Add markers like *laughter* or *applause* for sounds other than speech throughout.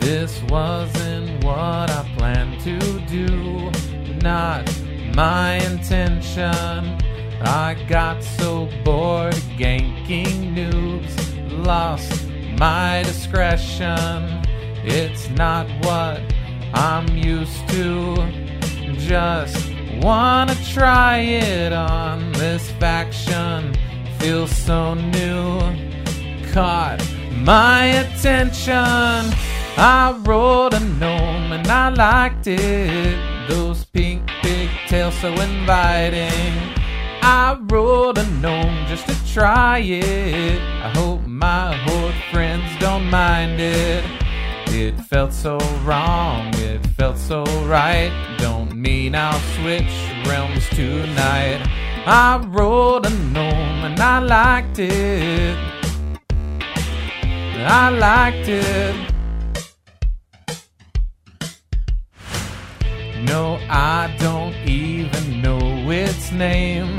This wasn't what I planned to do, not my intention. I got so bored ganking noobs, lost my discretion. It's not what I'm used to, just wanna try it on. This faction feels so new caught my attention. I rolled a gnome and I liked it. Those pink pigtails so inviting. I rolled a gnome just to try it. I hope my horde friends don't mind it. It felt so wrong, it felt so right. Don't mean I'll switch realms tonight. I rolled a gnome and I liked it. I liked it. No, I don't even know its name.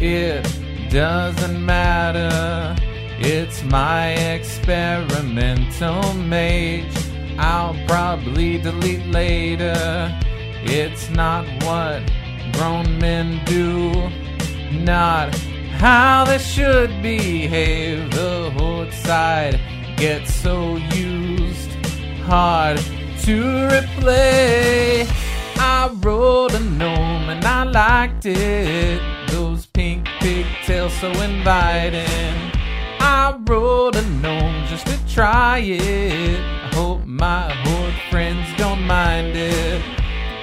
It doesn't matter. It's my experimental mage. I'll probably delete later. It's not what grown men do not how they should behave. The horde side gets so used, hard to replay. I rolled a gnome and I liked it. Those pink pigtails so inviting. I rolled a gnome just to try it. I hope my horde friends don't mind it.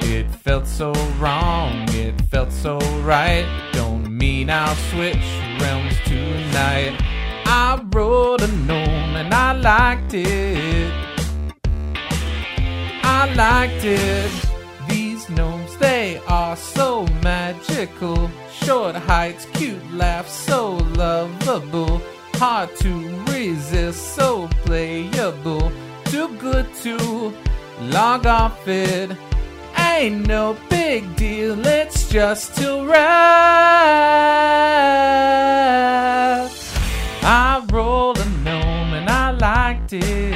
It felt so wrong, it felt so right. Don't mean I'll switch realms tonight. I rolled a gnome and I liked it. I liked it. These gnomes, they are so magical. Short heights, cute laughs, so lovable. Hard to resist, so playable. Too good to log off it. Ain't no big deal, it's just to rest. I rolled a gnome and I liked it.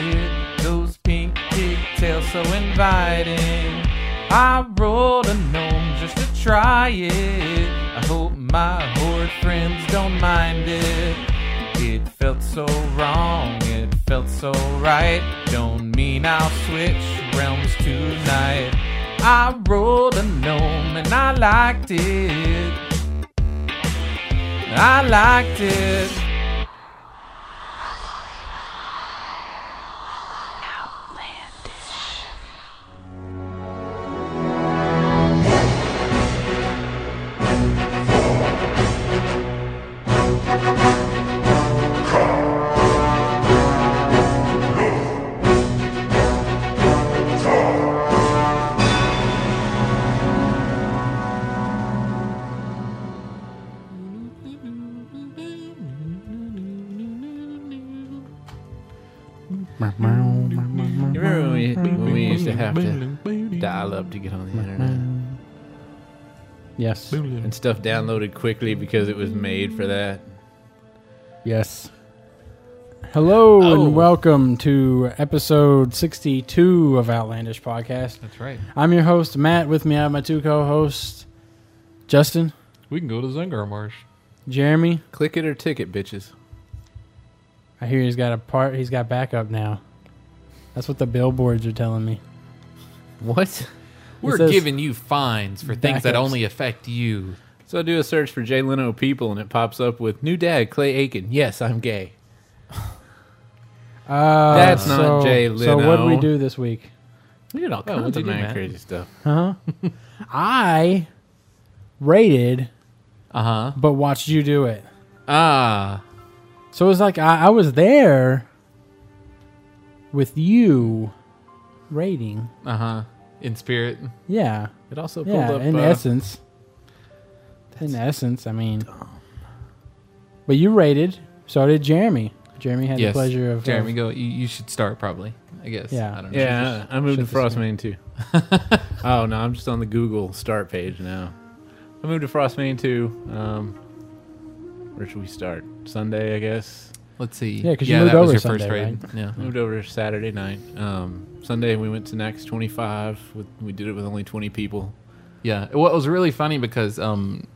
Those pink pigtails so inviting. I rolled a gnome just to try it. I hope my horde friends don't mind it. It felt so wrong, it felt so right. Don't mean I'll switch realms tonight. I rolled a gnome and I liked it. I liked it. You remember when we, Mm-hmm. when we used to have to dial up to get on the internet Yes. and stuff downloaded quickly because it was made for that? Yes. Hello Oh. and welcome to episode 62 of Outlandish Podcast. That's right. I'm your host, Matt. With me, I have my two co hosts, Justin, We can go to Zengar Marsh. Jeremy. Click it or ticket, bitches. I hear he's got a part, he's got backup now. That's what the billboards are telling me. What? We're says- giving you fines for things that Backups. only affect you. So I do a search for Jay Leno people and it pops up with new dad, Clay Aiken. Yes, I'm gay. Uh, That's not so- Jay So, what do we Leno. do this week? We did all Oh, kinds what'd you of do, man Matt? crazy stuff. Huh? I rated, Uh huh. but watched you do it. Ah. So it was like I, I was there with you rating. Uh uh-huh. huh. In spirit. Yeah. It also pulled Yeah. up. in uh, essence. In essence, I mean. But you rated. So did Jeremy. Jeremy had Yes. the pleasure of. Jeremy, of- go. You, you should start probably. I guess. Yeah. I don't know. *laughs* yeah, I moved to shut this Frostmain too. oh no, I'm just on the Google start page now. I moved to Frostmain too. Um, where should we start? Sunday, I guess. Let's see. Yeah, 'cause you moved that over was your first Sunday, raid. Yeah, moved over Saturday night. Um, Sunday we went to Next 25. With, we did it with only 20 people. Yeah. Well, it was really funny because, um,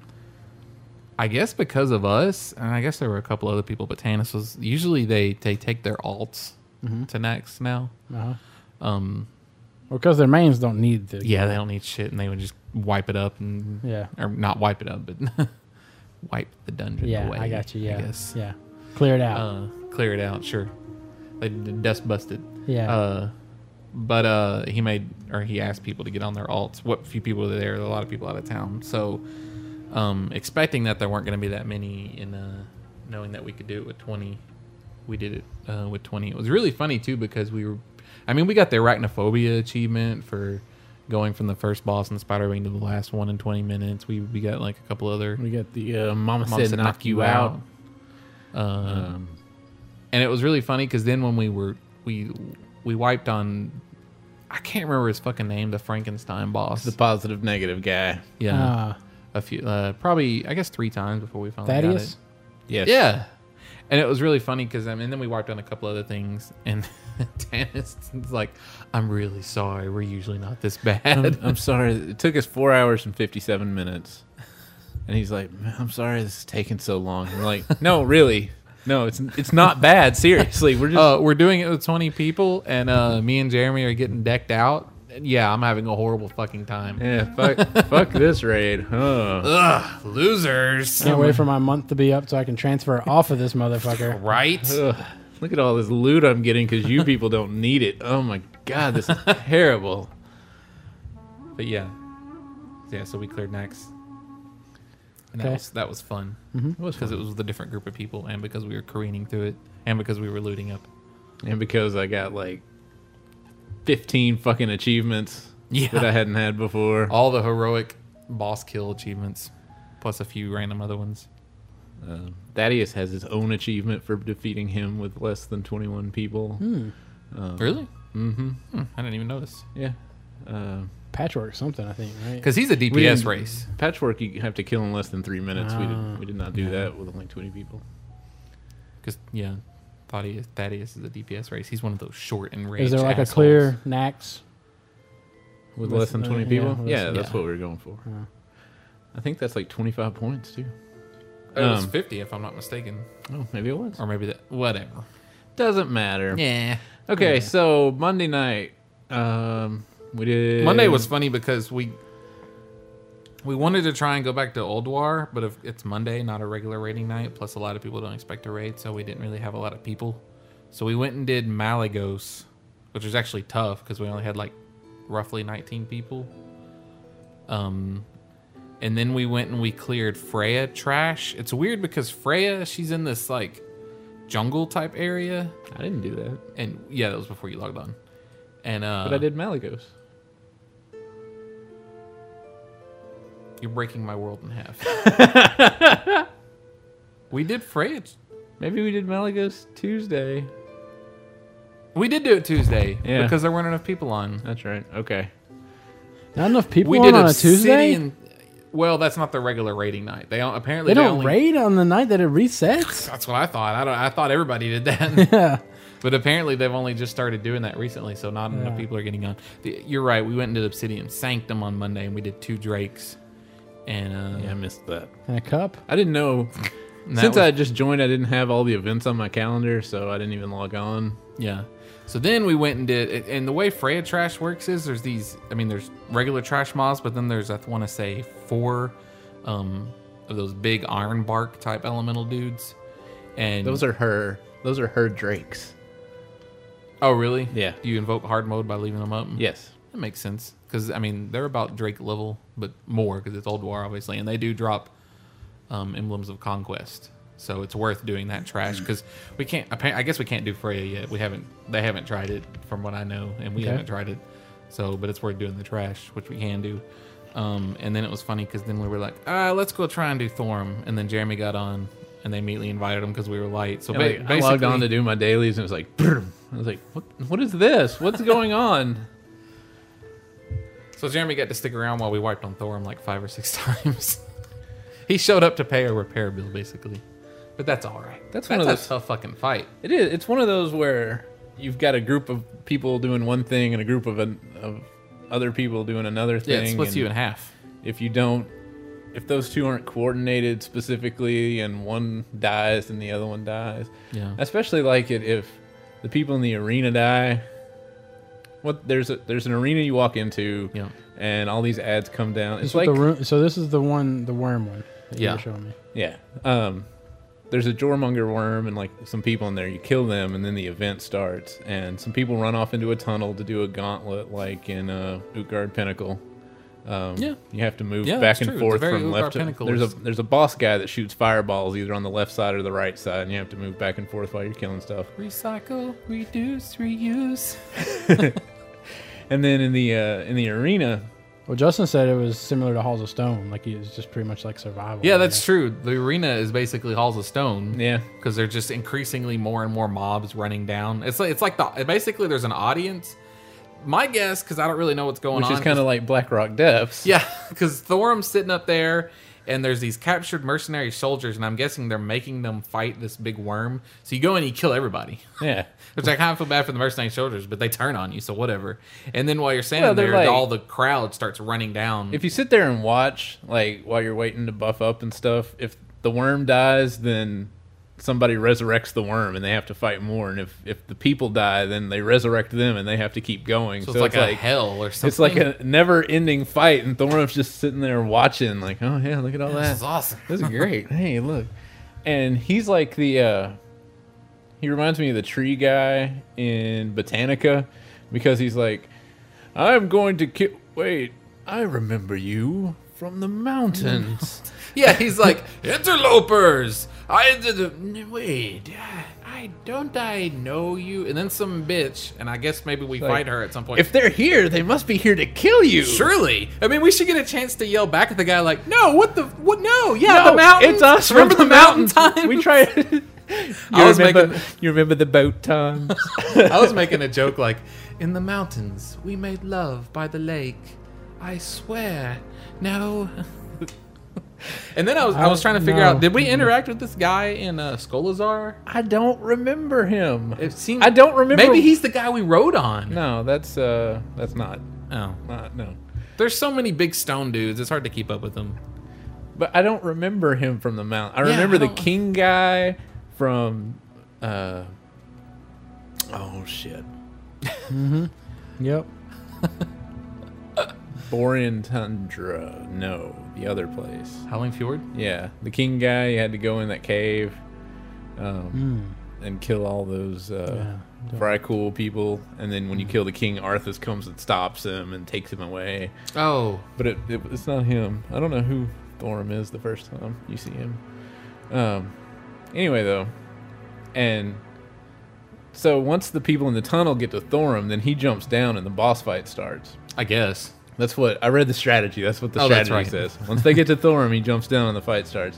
I guess because of us, and I guess there were a couple other people, but Tanis was usually they they take their alts Mm-hmm. to next now. Uh-huh. Um, Well, because their mains don't need the. yeah, they don't need shit, and they would just wipe it up and Yeah. or not wipe it up, but *laughs* wipe the dungeon Yeah, away. I got you. Yeah. I guess. Yeah. Clear it out. Uh, clear it out. Sure, they d- dust busted. yeah. Uh, but uh, he made or he asked people to get on their alts. What few people were there? A lot of people out of town. So, um, expecting that there weren't going to be that many, and uh, knowing that we could do it with twenty, we did it uh, with twenty. It was really funny too because we were, I mean, we got the arachnophobia achievement for going from the first boss in Spider-Man to the last one in twenty minutes. We we got like a couple other We got the uh, Mama, Mom said, knock you out. Uh, Um, and it was really funny because then when we were we we wiped on i can't remember his fucking name the frankenstein boss the positive negative guy. yeah Uh, a few uh, probably i guess three times before we finally Thaddeus? Yes. got it yeah and it was really funny because i mean and then we wiped on a couple other things and *laughs* Tannis is like i'm really sorry we're usually not this I'm, bad I'm sorry. It took us four hours and 57 minutes. And he's like, "Man, I'm sorry this is taking so long. And we're like, no, really. No, it's it's not bad. Seriously. We're *laughs* just. uh, we're doing it with 20 people and uh, me and jeremy are getting decked out yeah i'm having a horrible fucking time yeah, fuck, fuck this raid. Huh. Ugh, losers. can't wait for my month to be up so I can *laughs* transfer off of this motherfucker. Right? Ugh. Look at all this loot I'm getting because you people don't need it. Oh my God, this is terrible. But yeah. Yeah, so we cleared next. And that Okay. Mm-hmm. was that was fun. Because it was with a different group of people and because we were careening through it and because we were looting up. And because I got like 15 fucking achievements that I hadn't had before. All the heroic boss kill achievements. Plus a few random other ones. Um, Thaddeus has his own achievement for defeating him with less than 21 people. really? Mm-hmm. I didn't even notice. Yeah. Uh, Patchwork something, I think, right? Because he's a DPS didn't- race. patchwork, you have to kill in less than three minutes. we, Ah. did, we did not do that with only 20 people. Because yeah, Thaddeus, Thaddeus is a DPS race. He's one of those short and rage. Is there like assholes. a clear Nax? With Less less than than- 20 yeah, people? less- Yeah, that's yeah. what we were going for. Yeah. I think that's like 25 points, too. It was um, 50 if I'm not mistaken. Oh, maybe it was. Or maybe that. Whatever. Doesn't matter. Yeah. Okay, Yeah. so Monday night, um, we did. Monday was funny because we we wanted to try and go back to Old War, but if it's Monday, not a regular raiding night, plus a lot of people don't expect to raid, so we didn't really have a lot of people. So we went and did Malagos, which was actually tough because we only had like roughly 19 people. Um and then we went and we cleared Freya trash. It's weird because Freya, she's in this like jungle type area I didn't do that, and yeah, that was before you logged on. And uh but I did Malagos. You're breaking my world in half. *laughs* we did Freya. Maybe we did Malagos Tuesday. We did do it Tuesday Yeah. because there weren't enough people on. That's right. Okay. Not enough people we on, did on a Tuesday? Obsidian- Well, that's not the regular raiding night. They don't, apparently They don't only, raid on the night that it resets? *laughs* That's what I thought. I don't. I thought everybody did that, yeah. but apparently they've only just started doing that recently. So not enough Yeah. people are getting on. The, you're right. We went into Obsidian Sanctum on Monday and we did two drakes, and uh, Yeah, I missed that. And a cup? I didn't know. and *laughs* that Since was- I just joined, I didn't have all the events on my calendar, so I didn't even log on. Yeah. So then we went and did, and the way Freya trash works is there's these. I mean, there's regular trash mobs, but then there's I want to say four um, of those big iron bark type elemental dudes. And Those are her. Those are her drakes. oh really? Yeah. Do you invoke hard mode by leaving them up? Yes. That makes sense because I mean they're about Drake level, but more because it's old war obviously, and they do drop um, emblems of conquest. So it's worth doing that Mm. trash because we can't. appa- I guess we can't do Freya yet. We haven't. They haven't tried it, from what I know, and we Okay. haven't tried it. So, but it's worth doing the trash, which we can do. Um, and then it was funny because then we were like, ah, let's go try and do Thorm, and then Jeremy got on, and they immediately invited him because we were light. So Yeah, ba- like, I logged on basically- to do my dailies, and it was like, "Brrm." I was like, what? What is this? What's *laughs* going on? So Jeremy got to stick around while we wiped *laughs* on Thorm like five or six times. he showed up to pay a repair bill, basically. But that's all right. That's one of a those- tough fucking fight. It is. It's one of those where you've got a group of people doing one thing and a group of an, of other people doing another Yeah, thing. it splits and you in half. If you don't, if those two aren't coordinated specifically, and one dies and the other one dies, Yeah. especially like it if the people in the arena die. What there's a there's an arena you walk into, Yeah. and all these ads come down. It's This like was the room, so this is the one, the worm one. That You Yeah. were showing me. Yeah. Um, there's a Jormonger worm and like some people in there. You kill them, and then the event starts. And some people run off into a tunnel to do a gauntlet, like in uh, Utgard Pinnacle. Um, Yeah. You have to move Yeah, back that's and true. It's forth very from Utgard left to. Pinnacle There's a is- there's a boss guy that shoots fireballs either on the left side or the right side, and you have to move back and forth while you're killing stuff. Recycle, reduce, reuse. And then in the uh, in the arena, Well, Justin said it was similar to Halls of Stone. Like it's just pretty much like survival. Yeah, that's true. The arena is basically halls of stone. yeah, Because they're just increasingly more and more mobs running down. It's like it's like the basically there's an audience. My guess, because I don't really know what's going which on, is kind of like Blackrock Depths. Yeah, *laughs* because Thorum's sitting up there, and there's these captured mercenary soldiers, and I'm guessing they're making them fight this big worm. So you go in and you kill everybody. *laughs* Yeah. Which I kind of feel bad for the mercenary soldiers, but they turn on you, so whatever. And then while you're standing Well, they're there, like- all the crowd starts running down. if you sit there and watch like while you're waiting to buff up and stuff if the worm dies then somebody resurrects the worm and they have to fight more and if if the people die then they resurrect them and they have to keep going so it's like, a hell or something. it's like a never-ending fight and Thorum's just sitting there watching like oh yeah look at all *laughs* this that is awesome. this is great *laughs* hey look and he's like the uh he reminds me of the tree guy in Botanica because he's like, I'm going to kill. Wait, I remember you from the mountains. *laughs* Yeah, he's *laughs* like interlopers. I d- d- wait. I- I don't. I know you. And then some bitch, and I guess maybe we Like, fight her at some point. *laughs* if they're here, they must be here to kill you. Surely, I mean, we should get a chance to yell back at the guy like, "No, what the? What? No, yeah, No, the mountain. It's us. Remember from the mountain time? We tried. *laughs* you, I was remember, making- you remember the boat times? *laughs* I was making a joke like, in the mountains, we made love by the lake. I swear, no. *laughs* and then I was, I was trying to figure No. out, did we interact with this guy in uh, Skolazar? *laughs* I don't remember him. It seemed I don't remember. Maybe he's the guy we rode on. No, that's uh, that's not, Oh, not no. there's so many big stone dudes. It's hard to keep up with them. But I don't remember him from the mount. I Yeah, remember I the don't- king guy from. Uh, oh shit, Yep. Borean Tundra. No, the other place. Howling Fjord. Yeah, the king guy. You had to go in that cave, um, Hmm. and kill all those uh, fry cool people. And then Hmm. when you kill the king, Arthas comes and stops him and takes him away. Oh, But it, it, it's not him. I don't know who Thorum is the first time you see him. Um, anyway, though, and so once the people in the tunnel get to Thorum, then he jumps down and the boss fight starts. I guess. That's what I read the strategy. That's what the Oh, that's strategy right. says. Once they get to Thorum, he jumps down and the fight starts.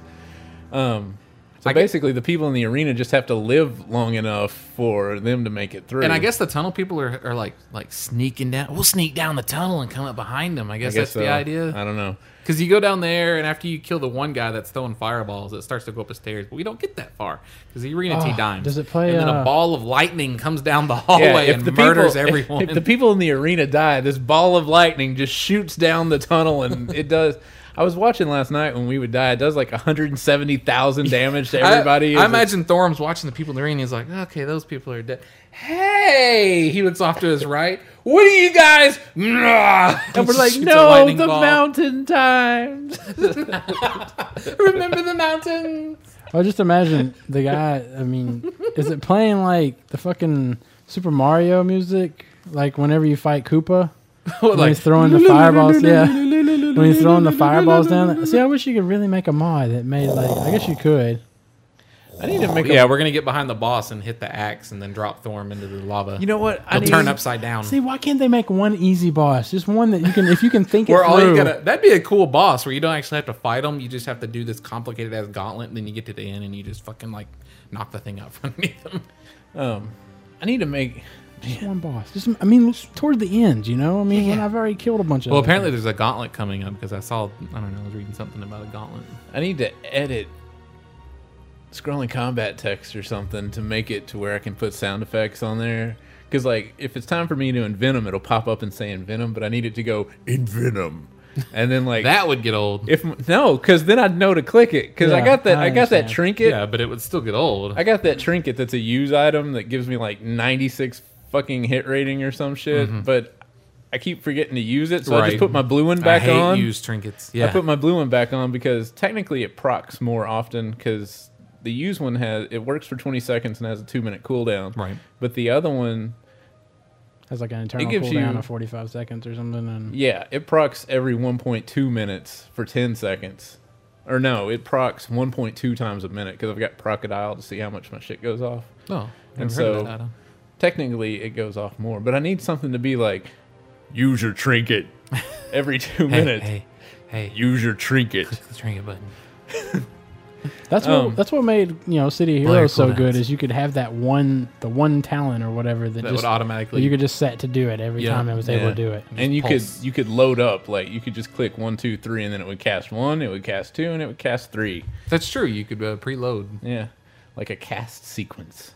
Um, so I gue- basically, the people in the arena just have to live long enough for them to make it through. And I guess the tunnel people are, are like like sneaking down. We'll sneak down the tunnel and come up behind them. I I guess, that's guess the so. idea. I don't know. Because you go down there, and after you kill the one guy that's throwing fireballs, it starts to go up the stairs. But we don't get that far because the arena T Ah, Oh, dimes. does it play, And then a uh, ball of lightning comes down the hallway and murders people, *laughs* if- everyone. If, the people in the arena die, this ball of lightning just shoots down the *laughs* tunnel, and it does. I was watching last night when we would die. It does like 170,000 damage to *laughs* everybody. I, I It's like- imagine Thorum's watching the people in the arena. He's like, okay, those people are dead. Hey, he looks off to his right. What are you guys? *laughs* and And we're like, no, the mountain times. Remember the mountains. Well, just imagine the guy. I mean, is it playing like the fucking Super Mario music? Like whenever you *laughs* fight Koopa, when like- he's throwing the fireballs. *laughs* yeah, when he's throwing the fireballs down. See, I wish you could really make a mod that made like. I guess you could. I need to make Oh, yeah, a. we're gonna get behind the boss and hit the axe and then drop Thorm into the lava. You know what? I He'll need, turn upside down. See, why can't they make one easy boss? Just one that you can, if you can think it where all you through. gotta that'd be a cool boss where you don't actually have to fight him. You just have to do this complicated ass gauntlet, and then you get to the end and you just fucking like knock the thing out *laughs* from underneath him. Um, I need to make. Just one boss. Just I mean, toward the end, you know. I mean, when Yeah. I've already killed a bunch of. Well, other apparently there's a gauntlet coming up because I saw I don't know I was reading something about a gauntlet. I need to edit scrolling combat text or something to make it to where I can put sound effects on there. Because like if it's time for me to envenom, it'll pop up and say envenom, but I need it to go envenom, and then like That would get old. If no, because then I'd know to click it. Because I Yeah, got that I I, got that understand. trinket. yeah, but it would still get old. I got that trinket that's a use item that gives me like 96 fucking hit rating or some shit, but I keep forgetting to use it, so I Mm-hmm. Right. just put my blue one I back hate on. used trinkets. Yeah. I put my blue one back on because technically it procs more often because the used one has it works for 20 seconds and has a two minute cooldown. Right. But the other one, Has like an internal gives cooldown you- of 45 seconds or something. And yeah, it procs every 1.2 minutes for 10 seconds. Or no, it procs 1.2 times a minute because I've got Crocodile to see how much my shit goes off. oh, never And heard of so- that item. technically it goes off more, but I need something to be like, use *laughs* your trinket every hey, two minutes. hey, hey, you Use your trinket. click the trinket button. that's what Um, that's what made you know City of Player Heroes so cooldowns. good is you could have that one the one talent or whatever that, That just would automatically. you could just set to do it every Yeah, time it was able yeah. to do it. And you pulse. could you could load up like you could just click one, two, three, and then it would cast one, it would cast two, and it would cast three. that's true. You could uh, preload. Yeah, like a cast sequence.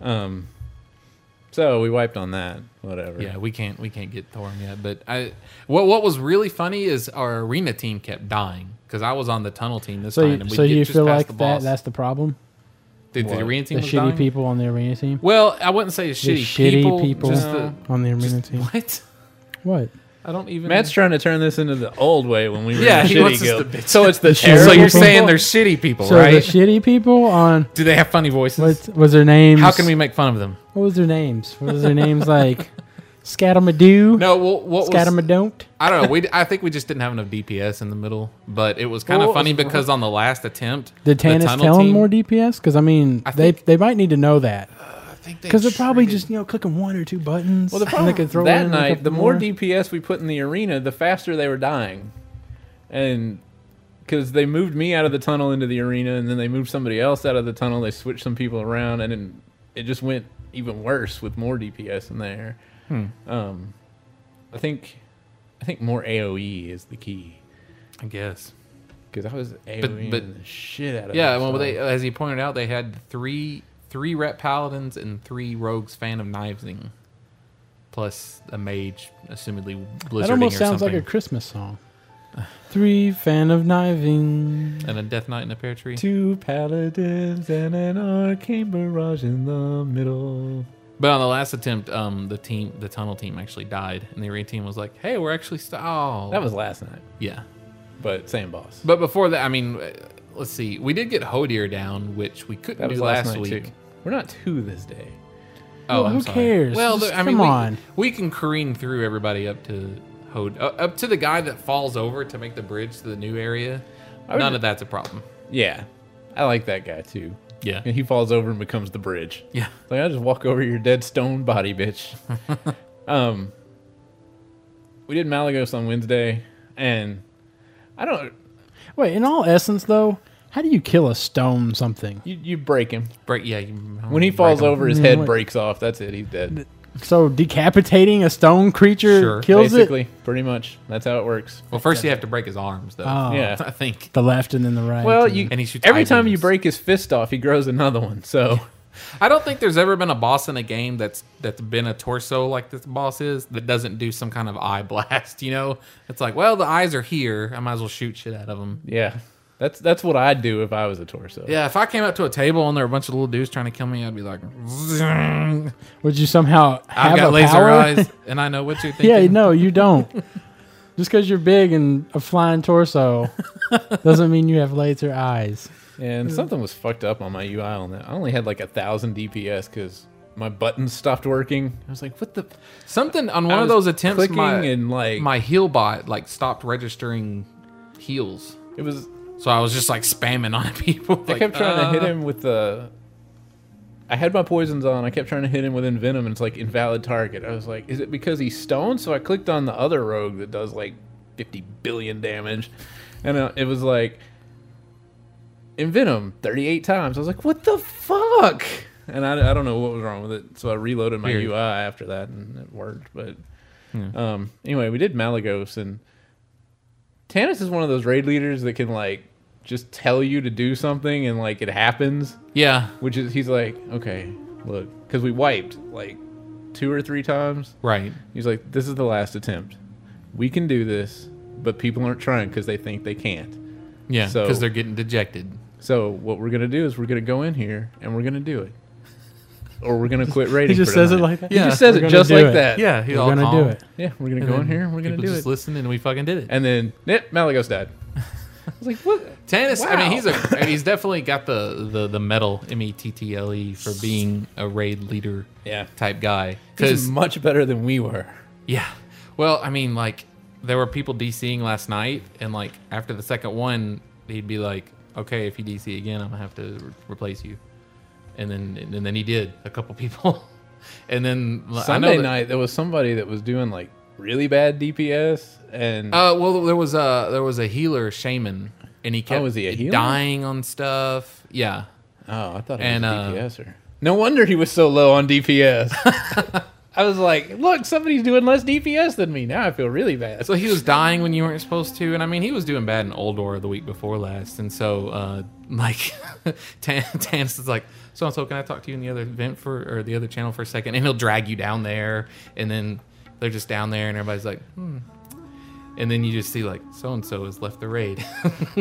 um, so we wiped on that. Whatever. Yeah, we can't we can't get Thorn yet. But I what what was really funny is our arena team kept dying because I was on the tunnel team this So time. you, so you feel like that that's the problem? the, the What? arena The team was shitty dying? people on the arena team Well, I wouldn't say shitty, shitty people. people. Just No. on the arena the, *laughs* team. what? What? I don't even. Matt's trying to turn this into the old way when we were yeah, in the he shitty wants us guild. to bitch. so *laughs* it's the so terrible you're saying people? they're shitty people, So the right? shitty people on *laughs* Do they have funny voices? what was their names? How can we make fun of them? What was their names? What was their *laughs* names like? Scatamadoo, No, well, what was? Scatamadon't. I *laughs* don't know. We I think we just didn't have enough DPS in the middle, but it was kind Well, of what was- funny because on the last attempt, Did the Tannis tunnel tell him team- more DPS? Because I mean, I they think- they might need to know that I think because they're probably traded- just you know clicking one or two buttons. Well, the and problem they could throw that in a night, couple the more DPS we put in the arena, the faster they were dying, and because they moved me out of the tunnel into the arena, and then they moved somebody else out of the tunnel, they switched some people around, and then it just went even worse with more DPS in there. Hmm. Um, I think, I think more AOE is the key I guess. because I was AOE but- the shit out of Yeah, that well, song. they, as he pointed out, they had three three rep paladins and three rogues phantom knivesing, plus a mage, assumedly blizzarding That almost or sounds like something, a Christmas song. Three fan of kniving. and a death knight and a pear tree. two paladins and an arcane barrage in the middle. But on the last attempt, um, the team, the tunnel team, actually died, and the arena team was like, "Hey, we're actually st- oh That was last night, yeah." but same boss. But before that, I mean, uh, let's see, we did get Hodir down, which we couldn't That do was last, night week. Too. We're not two this day. Oh, Who- I'm who sorry. cares? Well, Just there- I mean, come we, on. we can careen through everybody up to Hod, uh, up to the guy that falls over to make the bridge to the new area. would- None of that's a problem. Yeah, I like that guy too. Yeah, And he falls over and becomes the bridge. yeah. Like I just walk over your dead stone body, *laughs* bitch. um, we did Malagos on Wednesday, and I don't. Wait, in all essence though, how do you kill a stone something? You, you break him Break. Yeah, you, when he break falls him. over. His Mm, head what- breaks off. That's it. He's dead. So decapitating a stone creature Sure, kills Basically, it. pretty much. That's how it works. Well, first you have to break his arms, though. Oh. Yeah. *laughs* I think. The left and then the right. Well, and you And he shoots every eye time you beams. break his fist off, he grows another one. *laughs* So I don't think there's ever been a boss in a game that's that's been a torso like this boss is that doesn't do some kind of eye *laughs* blast. You know, it's like, well, the eyes are here. I might as well shoot shit out of them. yeah, that's that's what I'd do if I was a torso. Yeah, if I came up to a table and there were a bunch of little dudes trying to kill me, I'd be like, "Zing." Would you somehow have I've got a laser power? *laughs* eyes, and I know what you're thinking. yeah, no, you don't. Just because you're big and a flying *laughs* torso doesn't mean you have laser eyes. Mm. And something was fucked up on my UI on that. I only had like a thousand DPS because my buttons stopped working. I was like, "What the?" Something on I one of was those attempts, clicking my and like my heal bot like stopped registering heals, it was. so I was just like spamming on *laughs* people. I kept trying uh, to hit him with the. I had my poisons on. I kept trying to hit him with Envenom, and it's like invalid target. I was like, "Is it because he's stoned?" So I clicked on the other rogue that does like fifty billion damage, and uh, it was like Envenom thirty-eight times. I was like, "What the fuck?" And I, I don't know what was wrong with it, so I reloaded my Weird. UI after that, and it worked. But um, anyway, we did Malagos, and Tannis is one of those raid leaders that can like just tell you to do something and like it happens. uh, Yeah. Which is he's like, okay, look, because we wiped like two or three times. Right. He's like, this is the last attempt. We can do this, but people aren't trying because they think they can't. Yeah. So- Because they're getting dejected. So what we're gonna do is we're gonna go in here and we're gonna do it, or we're *laughs* gonna quit rating. He just for tonight. says it like that. He Yeah. just says We're it gonna just do like it. that. Yeah. We're gonna do it. yeah. We're gonna And go in then here and we're gonna people do just it. listen and we fucking did it. and then yep, Malagos died. I was like, what? Tannis, I mean, Wow. he's a I mean, he's definitely got the the the medal M E T T L E for being a raid leader Yeah. type guy. He's Because much better than we were. yeah, well, I mean, like there were people DCing last night, and like after the second one, he'd be like, "Okay, if you DC again, I'm gonna have to re- replace you," and then and then he did a couple *laughs* people, and then I Sunday know that- night, there was somebody that was doing like really bad DPS, and Uh, well, there was a there was a healer shaman, and he kept Oh, was he a healer? dying on stuff. Yeah, oh, I thought it and, uh, was a DPSer. No wonder he was so low *laughs* on DPS. I was like, look, somebody's doing less DPS than me. Now I feel really bad. So he was dying when you weren't supposed to, and I mean he was doing bad in Oldor the week before last, and so uh, *laughs* like Tan- Tannis is like, so and so, can I talk to you in the other event for or the other channel for a second? And he'll drag you down there, and then they're just down there, and everybody's like, hmm. and then you just see like so and so has left the raid, *laughs*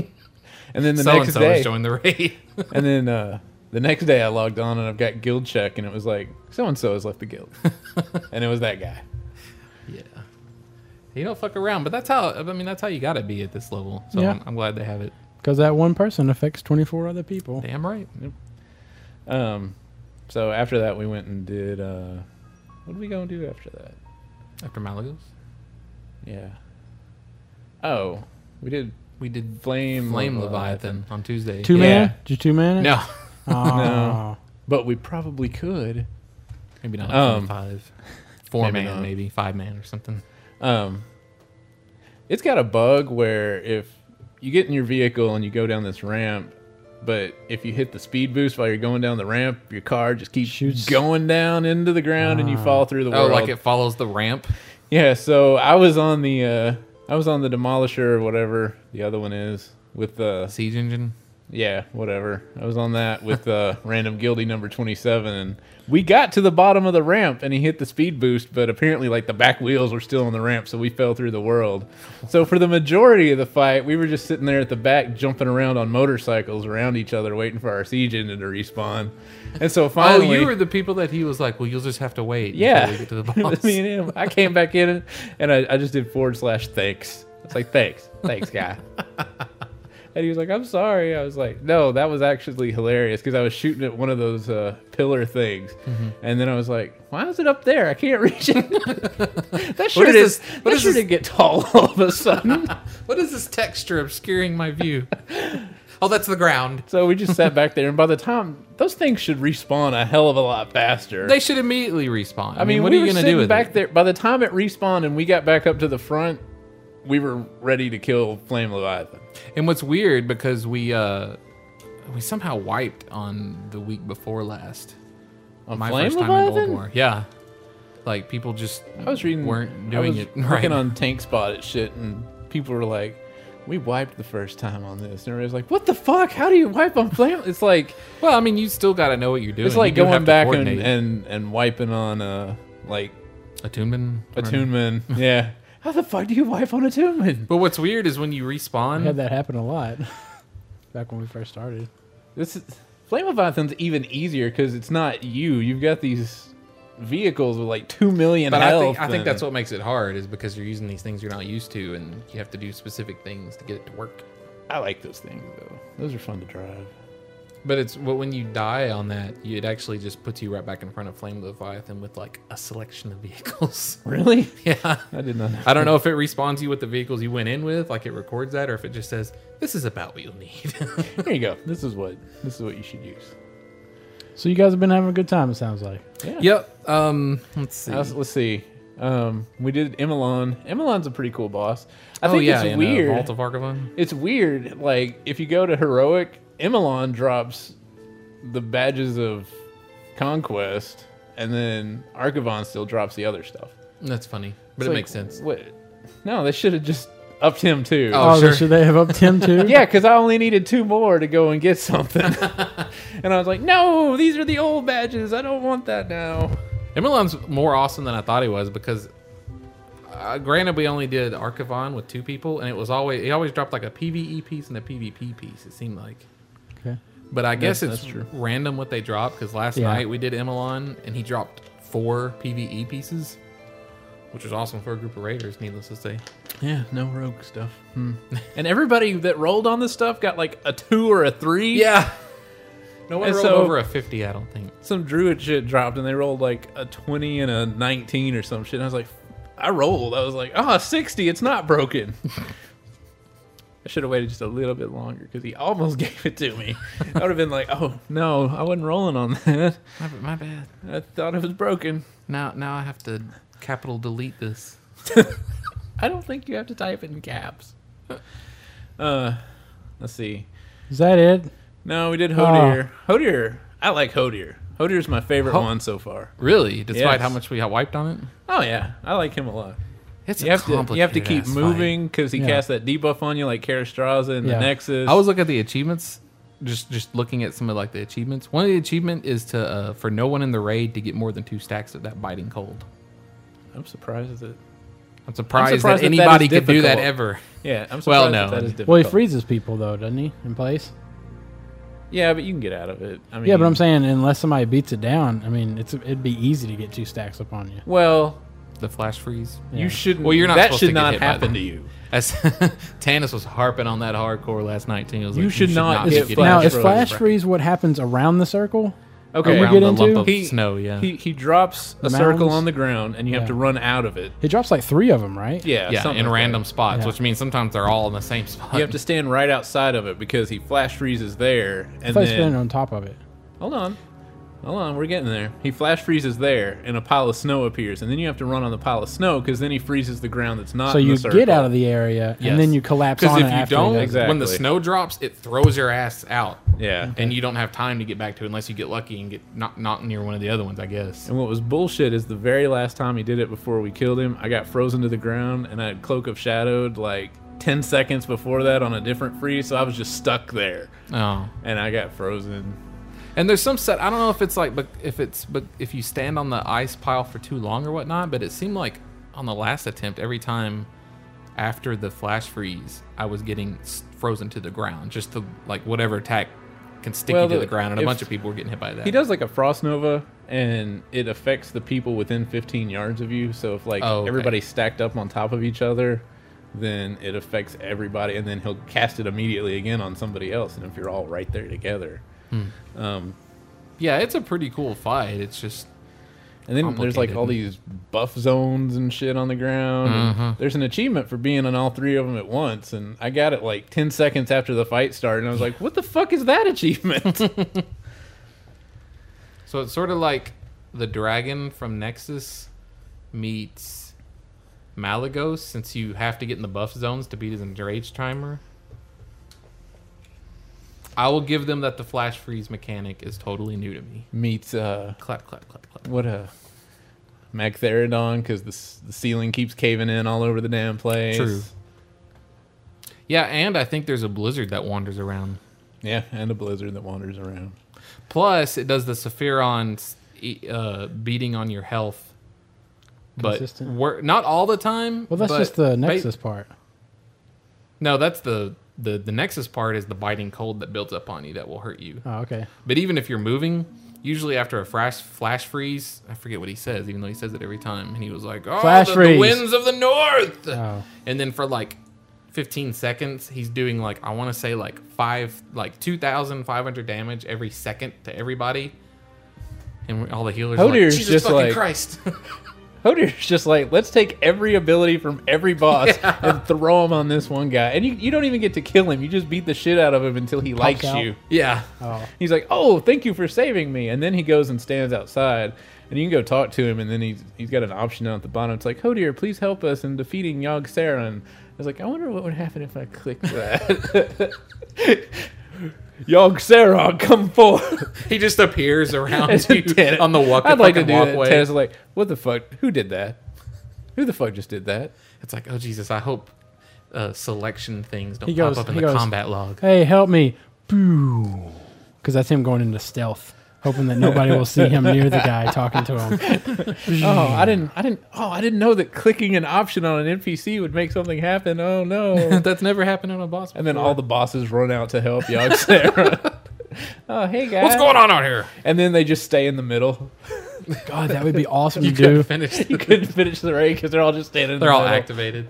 and then the so and next so day, has joined the raid. *laughs* And then uh, the next day, I logged on and I've got guild check, and it was like so and so has left *laughs* the guild, and it was that guy. yeah, you don't fuck around, but that's how I mean that's how you got to be at this level. So Yeah. I'm, I'm glad they have it. Because that one person affects 24 other people. Damn right. Um, so after that, we went and did uh, what did we gonna do after that? After Malagos, Yeah. Oh, we did we did flame Flame Leviathan on Tuesday. Two Yeah. man? Did you two man? it? No, Oh. *laughs* No. but we probably could. *laughs* maybe not. Um, five, four maybe man, not. maybe five man or something. Um, it's got a bug where if you get in your vehicle and you go down this ramp, but if you hit the speed boost while you're going down the ramp, your car just keeps Shoots. going down into the ground and you fall through the Oh, world. like it follows the ramp. yeah. So I was on the uh, I was on the demolisher or whatever the other one is with the Siege engine. yeah whatever I was on that with uh, *laughs* random guilty number twenty seven and we got to the bottom of the ramp and he hit the speed boost, but apparently like the back wheels were still on the ramp, so we fell through the world. So for the majority of the fight, we were just sitting there at the back jumping around on motorcycles around each other, waiting for our siege engine to respawn. And so Oh, finally, you were the people that he was like, well, you'll just have to wait. until yeah. we get to *laughs* the It boss. was *laughs* me and him. I came back in and I, I just did forward slash thanks. It's like thanks, *laughs* thanks, guy. and he was like, "I'm sorry." I was like, "No, that was actually hilarious because I was shooting at one of those uh, pillar things, Mm-hmm. and then I was like, why is it up there? I can't *laughs* *laughs* reach it. that sure is did. this- what That is sure this- did get tall *laughs* all of a sudden." what is this texture obscuring my *laughs* view? oh, that's the ground. so we just sat back there, and by the time those things should respawn a hell of a lot faster. They should immediately respawn. I, I mean, mean, what we are you were going to sitting do with back it? there? By the time it respawned and we got back up to the front, we were ready to kill Flame Leviathan. And what's weird because we uh we somehow wiped on the week before last. On My Flame first time in Leviathan? Old War. Yeah. Like people just I was reading. weren't I doing was it right. Working on tank spot at shit, and people were like, "We wiped the first time on this," and everybody's like, "What the fuck? How do you wipe on Flame?" *laughs* It's like Well, I mean, you still got to know what you're doing. it's like You do have going to back and, coordinate. and and wiping on uh like attunement. attunement. *laughs* yeah. How the fuck do you wipe on attunement? But what's weird is when you We had respawn. that happen a lot *laughs* back when we first started. This is, Flame Leviathan's even easier because it's not you. You've got these vehicles with like two million But I health. think I think and- that's what makes it hard is because you're using these things you're not used to, and you have to do specific things to get it to work. I like those things though. Those are fun to drive. But it's well, when you die on that, you- it actually just puts you right back in front of Flame Leviathan with like a selection of *laughs* vehicles. Really? yeah. I did not. Know. I don't know if it respawns you with the vehicles you went in with, like it records that, or if it just says, this is about what you'll need. *laughs* There you go. This is what this is what you should use. So you guys have been having a good time, it sounds like. yep. Um, let's see. Uh, let's see. Um, we did Emilon. Emilon's a pretty cool boss. I oh, think yeah. it's in, uh, weird. Vault of Archivon. it's weird. Like if you go to heroic, Emilon drops the badges of conquest, and then Archivon still drops the other stuff. That's funny, but It's it like, makes sense. What? No, they should have just upped him too. Oh, Oh, sure. should they have upped *laughs* him too? Yeah, because I only needed two more to go and get *laughs* something. and I was like, no, these are the old badges. I don't want that now. Imrulan's more awesome than I thought he was because, uh, granted, we only did Archivon with two people, and it was always he always dropped like a PVE piece and a PvP piece. It seemed like, Okay. but I guess That's- it's that's true. random what they drop because last Yeah. night we did Imrulan and he dropped four PVE pieces, which was awesome for a group of raiders. Needless to say, Yeah, no rogue stuff. Hmm. And everybody that rolled on this stuff got like a two or a three. yeah, no one And rolled so- over a fifty. I don't think. Some druid shit dropped and they rolled like a 20 and a 19 or some shit. And I was like, I rolled. I was like, oh, 60. It's not broken. *laughs* I should have waited just a little bit longer because he almost *laughs* gave it to me. I would have been like, oh, no, I wasn't rolling on that. My, my bad. I thought it was broken. Now now I have to capital delete this. I don't think you have to type in caps. *laughs* Uh, let's see. Is that it? No, we did Hodier. Hodier, I like Hodier. Hodier's my favorite Ho- one so far. Really, despite Yes. how much we got wiped on it. Oh yeah, I like him a lot. It's You have to you have to keep moving because he Yeah. casts that debuff on you like Karastraza and Yeah. the Nexus. I was looking at the achievements, just just looking at some of like the achievements. One of the achievement is to uh, for no one in the raid to get more than two stacks of that biting cold. I'm surprised that I'm surprised, surprised that that that anybody is could do that difficult. ever. yeah I'm surprised Well, that no. that is difficult. Well, he freezes people though, doesn't he? In place. Yeah, but you can get out of it. I mean, Yeah, but I'm saying unless somebody beats it down, I mean, it's it'd be easy to get two stacks up on you. well The flash freeze. you Yeah. shouldn't. Well, you're not That supposed to should get not hit by happen them. to you. As *laughs* Tanis was harping on that hardcore last night, too. He was You like, should not be get Is, getting flash now, that is freeze. flash freeze what happens around the circle? Okay, we around get the lump into- of He- snow. Yeah, he he drops a circle Mounds? on the ground and you have Yeah. to run out of it. He drops like three of them, right? Yeah, yeah, something in like that. random spots, Yeah. which means sometimes they're all in the same spot. You have to stand right outside of it because he flash freezes there, I and thought he's standing then on top of it. hold on, hold on, we're getting there. He flash freezes there, and a pile of snow appears, and then you have to run on the pile of snow because then he freezes the ground that's not. So you get out of the area Yes. and then you collapse because on it if you after. don't, he does it. when the Exactly. snow drops, it throws your ass out. yeah. And, and you don't have time to get back to it unless you get lucky and get not not near one of the other ones, I guess. and what was bullshit is the very last time he did it before we killed him, I got frozen to the ground, and I had cloak of shadowed like ten seconds before that on a different freeze, so I was just stuck there, Oh, and I got frozen. and there's some set. I don't know if it's like, but if it's but if you stand on the ice pile for too long or whatnot. But it seemed like on the last attempt, every time after the flash freeze, I was getting s- frozen to the ground. Just the like whatever attack can stick Well, you to the- the ground, and a if- bunch of people were getting hit by that. He does like a frost nova, and it affects the people within 15 yards of you. So if like Oh, okay. everybody's stacked up on top of each other, then it affects everybody, and then he'll cast it immediately again on somebody else. And if you're all right there together, um, Yeah, it's a pretty cool fight. It's just and then there's like all these buff zones and shit on the ground. and There's an achievement for being on all three of them at once, and I got it like 10 seconds after the fight started. And I was like, "What the fuck is that achievement?" *laughs* So it's sort of like the dragon from Nexus meets Malagos, since you have to get in the buff zones to beat his enrage timer. I will give them that the flash freeze mechanic is totally new to me. Meets uh, Clap, clap, clap, clap. What a Magtheridon, because the, s- the ceiling keeps caving in all over the damn place. True. Yeah, and I think there's a blizzard that wanders around. Yeah, and a blizzard that wanders around. Plus, it does the Sephiron uh, beating on your health. But Consistent. wor- not all the time. Well, that's but just the ba- nexus part. No, that's the the the nexus part is the biting cold that builds up on you that will hurt you. Oh, okay. But even if you're moving, usually after a flash flash freeze, I forget what he says, even though he says it every time, and he was like, "Oh, Flash the, the freeze. winds of the north," Oh. and then for like. 15 seconds he's doing like i want to say like five like 2500 damage every second to everybody and all the healers are like, Hodier's jesus just fucking like- christ *laughs* Hodier's just like, let's take every ability from every boss *laughs* and throw them on this one guy. And you, you don't even get to kill him. You just beat the shit out of him until he likes out. you. yeah Oh, He's like, oh, thank you for saving me. And then he goes and stands outside. And you can go talk to him. And then he's, he's got an option down at the bottom. It's like, Hodier, please help us in defeating Yog Saron. I was like, I wonder what would happen if I clicked that. *laughs* Yog Saron, come forth. he just appears around *laughs* As you a tenant. on the walk I'd like to fucking do walkway that. Ted's like, what the fuck? Who did that? Who the fuck just did that? It's like, oh Jesus, I hope uh, selection things don't He pop goes- up in he the goes, combat *laughs* log. Hey, help me. Boo. Because that's him going into stealth, hoping that nobody will see him near the guy talking to him. Oh, I didn't, I didn't, oh, I didn't know that clicking an option on an NPC would make something happen. Oh no! That's never happened on a boss. and then all the bosses run out to help *laughs* Yogsera. oh, hey guys! what's going on out here? And then they just stay in the middle. *laughs* God, that would be awesome to Couldn't do. *laughs* finish. You couldn't finish the raid because they're all just standing. in They're the all middle. activated.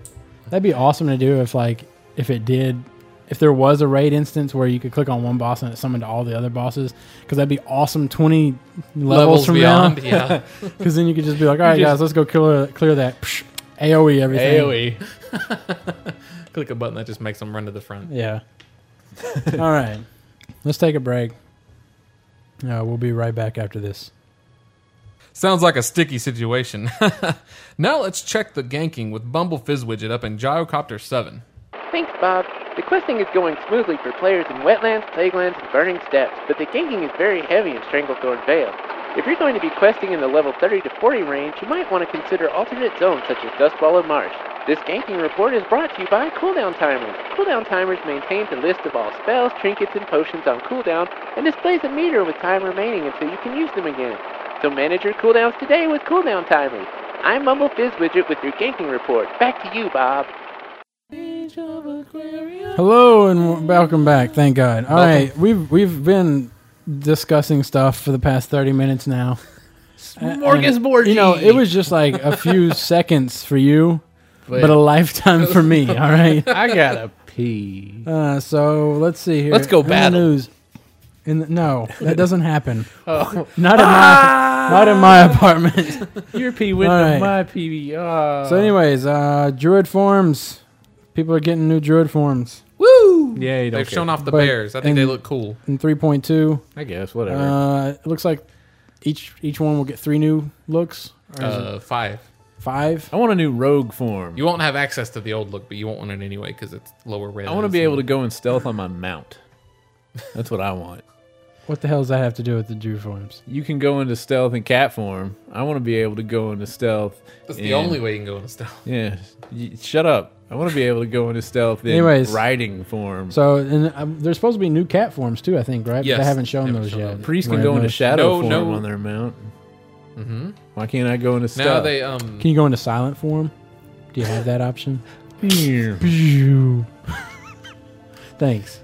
That'd be awesome to do if, like, if it did, if there was a raid instance where you could click on one boss and it summoned all the other bosses. Because that'd be awesome. Twenty levels, from beyond. *laughs* now. Yeah. Because then you could just be like, all right, just- guys, let's go clear, clear that. Psh, AOE everything. AOE. Click a button that just makes them run to the front. Yeah. All right. Let's take a break. Uh, we'll be right back after this. Sounds like a sticky situation. *laughs* now let's check the ganking with Bumble Fizz Widget up in Gyrocopter 7. Thanks, Bob. The questing is going smoothly for players in wetlands, plaguelands, and burning steppes, but the ganking is very heavy in Stranglethorn Vale. If you're going to be questing in the level 30 to 40 range, you might want to consider alternate zones such as Dustball and Marsh. This ganking report is brought to you by Cooldown Timers. Cooldown Timers maintains a list of all spells, trinkets, and potions on cooldown and displays a meter with time remaining until you can use them again. So manage your cooldowns today with Cooldown Timers. I'm Mumble Fizz Widget with your ganking report. Back to you, Bob. Hello and w- welcome back. Thank God. All right, we've we've been discussing stuff for the past thirty minutes now. And- You know, it was just like a *laughs* few seconds for you, but, a lifetime for *laughs* me. All right. I gotta pee. *laughs* Uh, so let's see here. Let's go In the battle. news. In the, no, that doesn't *laughs* happen. Oh. Not in Ah! my not in my apartment. Your pee went All to right. my pee. Ah. So, anyways, uh, druid forms. People are getting new druid forms yeah, you don't They've care. shown off the But- bears. I think they and- look cool. in 3.2. I guess whatever. Uh, it looks like each each one will get three new looks. Or is it Uh, five. five. I want a new rogue form. You won't have access to the old look, but you won't want it anyway because it's lower res. I want to be able to go in stealth on my mount. That's what I want. What the hell does that have to do with the druid forms? You can go into stealth in cat form. I want to be able to go into stealth. That's in- the only way you can go into stealth. Yeah. Y- shut up. I want to be able to go into stealth in Anyways. riding form. So, and um, there's supposed to be new cat forms too. I think, right? But Yes, they haven't shown haven't those shown yet. them. Priests can Right, go no. into shadow No, form no. on their mount. Why can't I go Now into stealth? they um Can you go into silent form? Do you have that *laughs* option? Yeah. Thanks.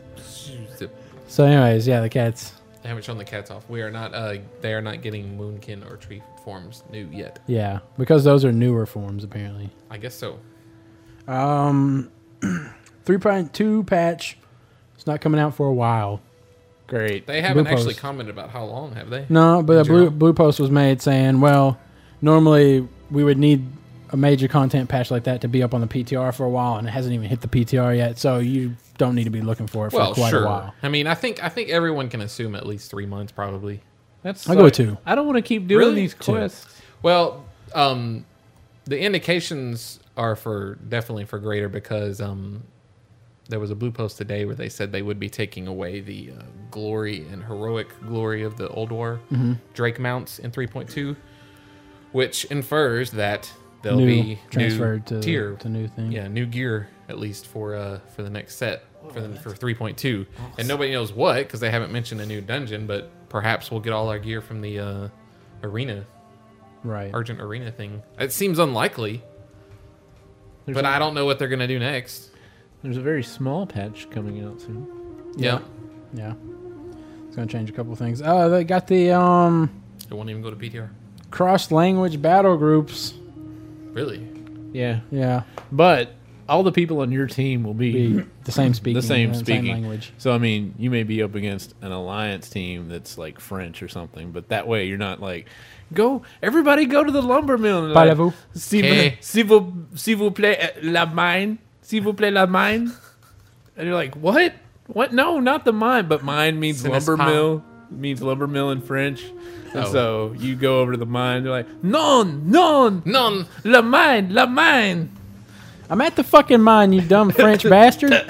zip. So, anyways, yeah, the cats. they haven't shown the cats off. We are not uh they are not getting moonkin or tree forms new yet. Yeah, because those are newer forms apparently. I guess so. Um, *clears throat* three point two patch. It's not coming out for a while. Great. They haven't Blue actually post. commented about how long have they? No, but a In blue general. blue post was made saying, well, normally we would need a major content patch like that to be up on the PTR for a while, and it hasn't even hit the PTR yet, so you don't need to be looking for it for Well, quite sure. a while. I mean, I think I think everyone can assume at least three months probably. That's I'll go with two. I don't want to keep doing Really? these Two. quests. Well, um, the indications are for definitely for greater because um, there was a blue post today where they said they would be taking away the uh, glory and heroic glory of the old war Mm-hmm. Drake mounts in 3.2, which infers that they'll new be transferred new to tier, to new thing. yeah, new gear at least for uh for the next set for the, for 3.2, and nobody knows what because they haven't mentioned a new dungeon, but perhaps we'll get all our gear from the uh, arena right. Argent Arena thing. It seems unlikely, There's but a- I don't know what they're gonna do next. There's a very small patch coming out soon. Yeah, Yeah, it's gonna change a couple things. Uh, they got the um it won't even go to PTR. cross language battle groups. Really? Yeah. Yeah, But all the people on your team will be, be *clears throat* the same speaking, the same uh, speaking. language. So I mean, you may be up against an alliance team that's like French or something, but that way you're not like go everybody go to the lumber mill. and, Like, Parlez-vous? S'il Okay. vous- s'il vous s'il vous plaît uh, la mine, s'il vous plaît la mine. And you're like, "What? What? No, not the mine, but mine means C'est n'est-ce lumber pas? mill." Means lumber mill in French. And Oh. so you go over to the mine, you're like, "Non, non, None. la mine, la mine." I'm at the fucking mine, you dumb French bastard. I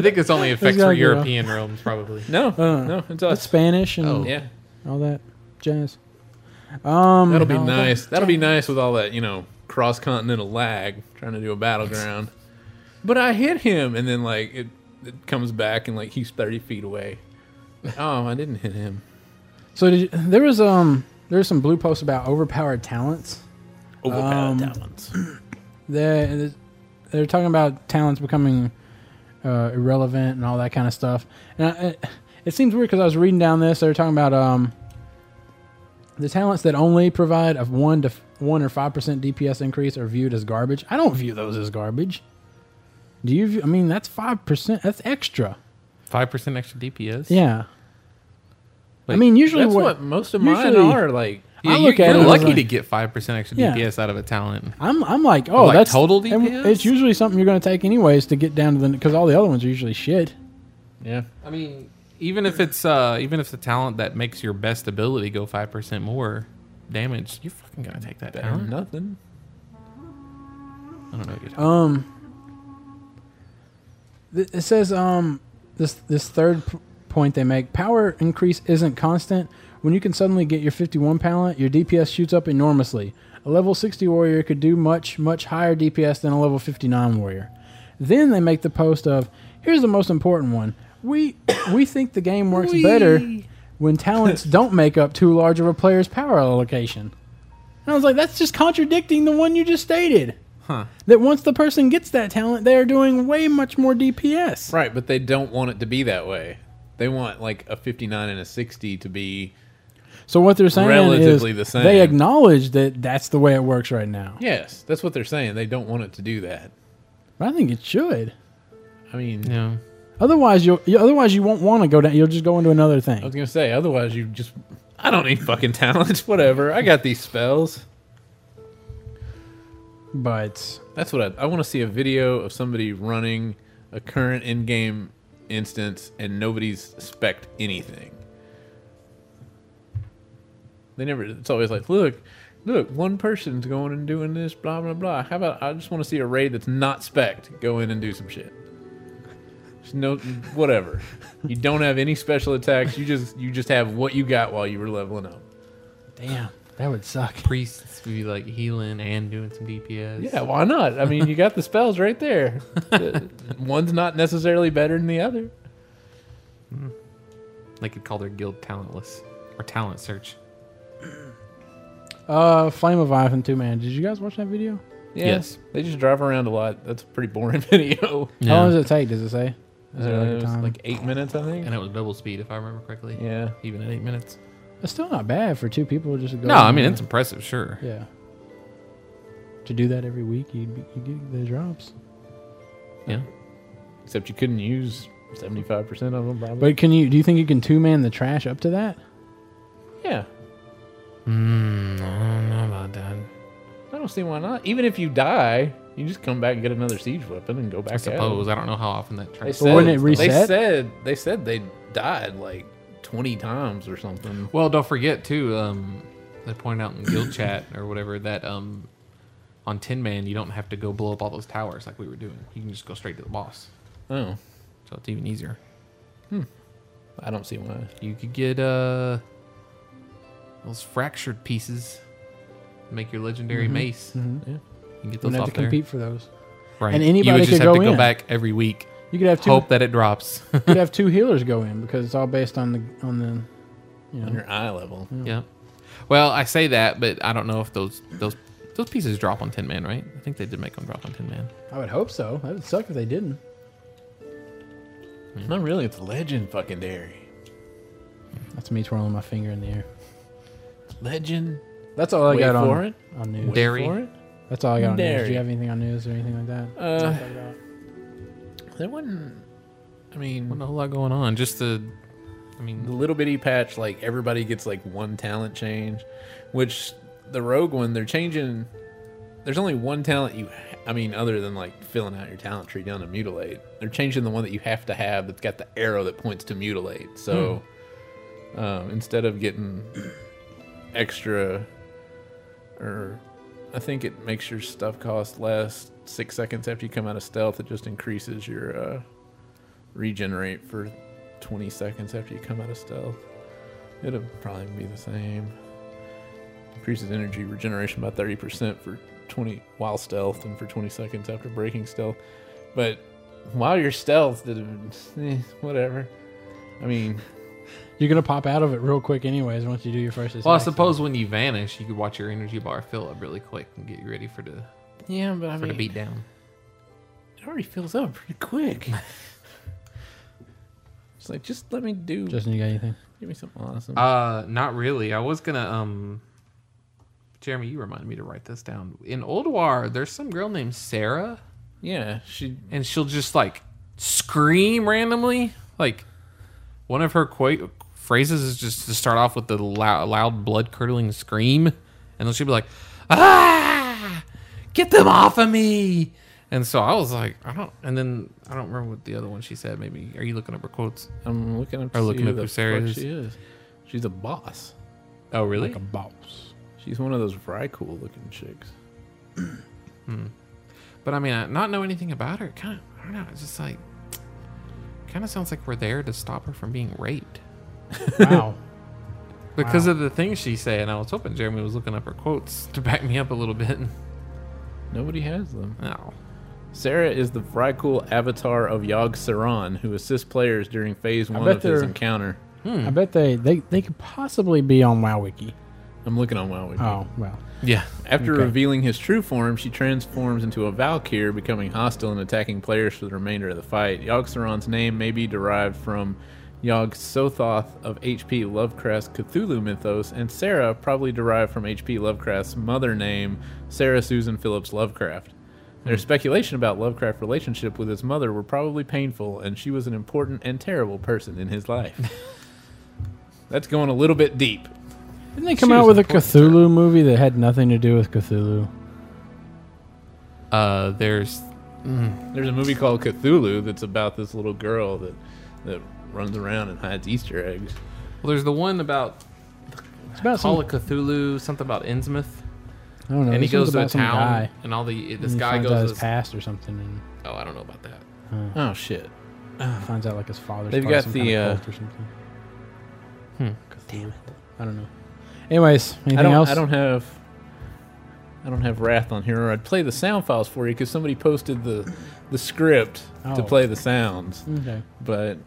think it's *laughs* only affects for gotta go. European realms probably. No, Uh, no, it's That's us. Spanish and Oh. yeah. all that jazz. Um, That'll be nice. That'll be nice with all that, you know, cross continental lag trying to do a battleground. but I hit him, and then like it, it comes back, and like he's thirty feet away. Oh, I didn't hit him. So did you, there was um there was some blue posts about overpowered talents. Um, Overpowered talents. *clears throat* They they're talking about talents becoming uh, irrelevant and all that kind of stuff. And I, it, it seems weird because I was reading down this. They were talking about um the talents that only provide a one to f- one or five percent DPS increase are viewed as garbage. I don't view those as garbage. Do you? View, I mean, that's five percent. That's extra. Five percent extra DPS. Yeah. I Like, mean, usually That's what, what, most of mine usually- are like. I Yeah, look you're, at you're it as lucky like- to get five percent extra Yeah. DPS out of a talent. I'm I'm like, oh, like that's total and DPS? It's usually something you're going to take anyways to get down to the because all the other ones are usually shit. Yeah. I mean, even if it's uh, even if it's a talent that makes your best ability go five percent more damage, you're fucking gonna take that Better than talent. nothing. I don't know. What you're talking Um, th- it says um this this third p- point they make power increase isn't constant. When you can suddenly get your 51 pallet, your DPS shoots up enormously. A level 60 warrior could do much much higher DPS than a level 59 warrior. Then they make the post of here's the most important one. We *coughs* we think the game works better when talents don't make up too large of a player's power allocation. And I was like, that's just contradicting the one you just stated that once the person gets that talent, they are doing way much more DPS. Right, but they don't want it to be that way. They want like a 59 and a 60 to be So what they're saying Relatively is the same. they acknowledge that that's the way it works right now. Yes, that's what they're saying. They don't want it to do that. But I think it should. I mean, about. Yeah. Otherwise, you'll you, otherwise you won't want to go down. You'll just go into another I thing. was gonna say otherwise you just I don't need fucking talent. *laughs* Whatever. I got these spells. But That's what I, I want to see a video of somebody running a current in-game instance and nobody's spec'd anything. They never. It's always like, look, look, one person's going and doing this, blah blah blah. How about I just want to see a raid that's not spec'd go in and do some shit. Just no, whatever. you don't have any special attacks. You just you just have what you got while you were leveling up. damn, that *laughs* would suck. Priests would be like healing and doing some DPS. Yeah, why not? I mean, you got the spells right there. *laughs* The- One's not necessarily better than the other. They could call their guild talentless or talent search. Uh, Flame of Ivan two man. Did you guys watch that video? Yeah, Yes. They just drive around a lot. That's a pretty boring *laughs* video. How long does it take? Does it say? Is there Uh, like a it was time? like eight minutes, I think. and it was double speed if I remember correctly. Yeah. Even at eight minutes. it's still not bad for two people just to go. No, I mean in it's impressive, sure. there. yeah. To do that every week, you'd be, you get the drops. Yeah. Except you couldn't use 75% of them, probably. But can you? Do you think you can two man the trash up to that? yeah, Mm, I don't know about that. I don't see why not. Even if you die, you just come back and get another siege weapon and go back I at 'em. suppose I don't know how often that They tries. said, wouldn't it They reset? said, they said they died like 20 times or something. Well, don't forget too. Um, they point out in *coughs* guild chat or whatever that um, on Tin Man you don't have to go blow up all those towers like we were doing. You can just go straight to the boss, Oh, so it's even easier. I don't see Hmm. why. You could get uh those fractured pieces, make your legendary mace. Yeah, you can get Mm-hmm. You those have to off there. compete for those. Right. and anybody you would just could have go to go in. back every week. You could have two. Hope that it drops. *laughs* You could have two healers go in because it's all based on the on the. You On know. your eye level. Hmm. yeah. Well, I say that, but I don't know if those those those pieces drop on Tin Man, right? I think they did make them drop on Tin Man. I would hope so. That would suck if they didn't. Not really. It's legend fucking dairy. That's me twirling my finger in the air. Legend. That's all I Wait got on, for it. on news. Dairy. for it. That's all I got on news. Do Dairy. you have anything on news or anything like that? Uh, there wasn't. I mean, Wasn't a whole lot going on. Just the, I the mean, little bitty patch, like everybody gets like one talent change, which the rogue one they're changing. There's only one talent you. ha- I mean, other than like filling out your talent tree down to mutilate, they're changing the one that you have to have that's got the arrow that points to mutilate. So um, instead of getting extra, or I think it makes your stuff cost less six seconds after you come out of stealth. It just increases your uh, regenerate for 20 seconds after you come out of stealth. It'll probably be the same. Increases energy regeneration by 30% for 20 while stealthed and for 20 seconds after breaking stealth. But while you're stealthed, it- eh, whatever. I mean, You're gonna pop out of it real quick, anyways. Once you do your first attack. Well, I suppose when you vanish, you could watch your energy bar fill up really quick and get you ready for the yeah, but I for the mean, beat down. it already fills up pretty quick. it's like, just let me do, just Justin, you got anything? give me something awesome. Uh, not really. I was gonna um. Jeremy, you reminded me to write this down. In Old War, there's some girl named Sarah, yeah, she, and she'll just like scream randomly. Like one of her qu- phrases is just to start off with the loud, loud blood curdling scream, and then she'll be like, "Ah, get them off of me!" And so I was like, I don't. And then I don't remember what the other one she said. Maybe are you looking up her quotes? I'm looking up to Or see looking who up the who fuck Sarah is. she is. She's a boss. Oh, really? Like a boss. She's one of those fry cool looking chicks. But I mean, I not know anything about her. Kind of, I don't know. It's just like, kind of sounds like we're there to stop her from being raped *laughs* Wow. because of the things she said. And I was hoping Jeremy was looking up her quotes to back me up a little bit. *laughs* Nobody has them. No, Sarah is the fry cool avatar of Yog Saron, who assists players during phase one bet of his they're- encounter. Hmm. I bet they, they they could possibly be on WoWWiki. I'm looking on WoW. Wiki. Oh well. yeah, After okay. revealing his true form, she transforms into a Valkyr, becoming hostile and attacking players for the remainder of the fight. Yog Saron's name may be derived from Yog Sothoth of H.P. Lovecraft's Cthulhu mythos, and Sarah probably derived from H.P. Lovecraft's mother name, Sarah Susan Phillips Lovecraft. Their speculation about Lovecraft's relationship with his mother were probably painful, and she was an important and terrible person in his life. That's going a little bit deep. Didn't they come She out was with a important Cthulhu movie that had nothing to do with Cthulhu? Uh, there's There's a movie called Cthulhu that's about this little girl that that runs around and hides Easter eggs. well, there's the one about It's about Call some. of Cthulhu, something about Innsmouth, I don't know. and he this one's goes to a about some town, guy, and all the and this he guy finds goes. out to his this- past or something, oh, I don't know about that. Oh shit. and finds out like his father's. They've part of got some the, kind uh, Hmm. of cult or something. Damn it. I don't know. Anyways, anything I don't else? I don't have I don't have Wrath on here or I'd play the sound files for you because somebody posted the the script Oh. to play the sounds. Okay. But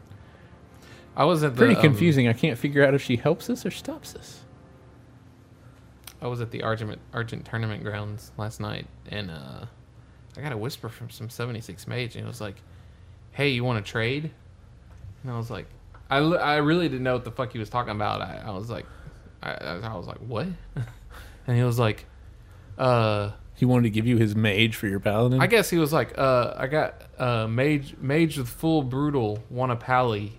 I was at the pretty um, confusing. I can't figure out if she helps us or stops us. I was at the Argent Argent tournament grounds last night, and uh, I got a whisper from some 76 mage, and it was like, "Hey, you want to trade?" And I was like, I, li- I really didn't know what the fuck he was talking about. I, I was like, I, I was- I was like, what? *laughs* and he was like, uh, He wanted to give you his mage for your paladin. I guess he was like, uh, I got uh, mage mage with full brutal want a pally,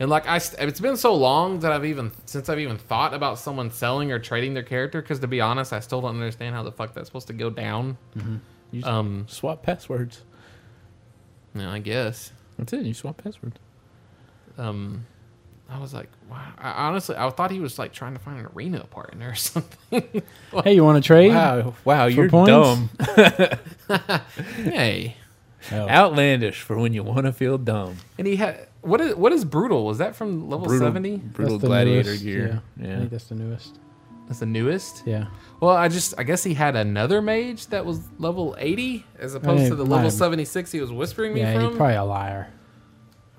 and like I, st- it's been so long that I've even since I've even thought about someone selling or trading their character because to be honest, I still don't understand how the fuck that's supposed to go down. You just Um, swap passwords. no, I guess. That's it. You swap passwords. Um, I was like, wow. I, honestly, I thought he was like trying to find an arena partner or *laughs* something. Hey, you want to trade? Wow, wow, you're points? dumb. hey, Oh. Outlandish for when you want to feel dumb. and he had what is what is brutal? Was that from level brutal, seventy? That's brutal the gladiator newest, gear. Yeah. Yeah. I think that's the newest. That's the newest. Yeah. Well, I just I guess he had another mage that was level 80 as opposed mean, to the might level have- 76 he was whispering me Yeah, from. he's probably a liar.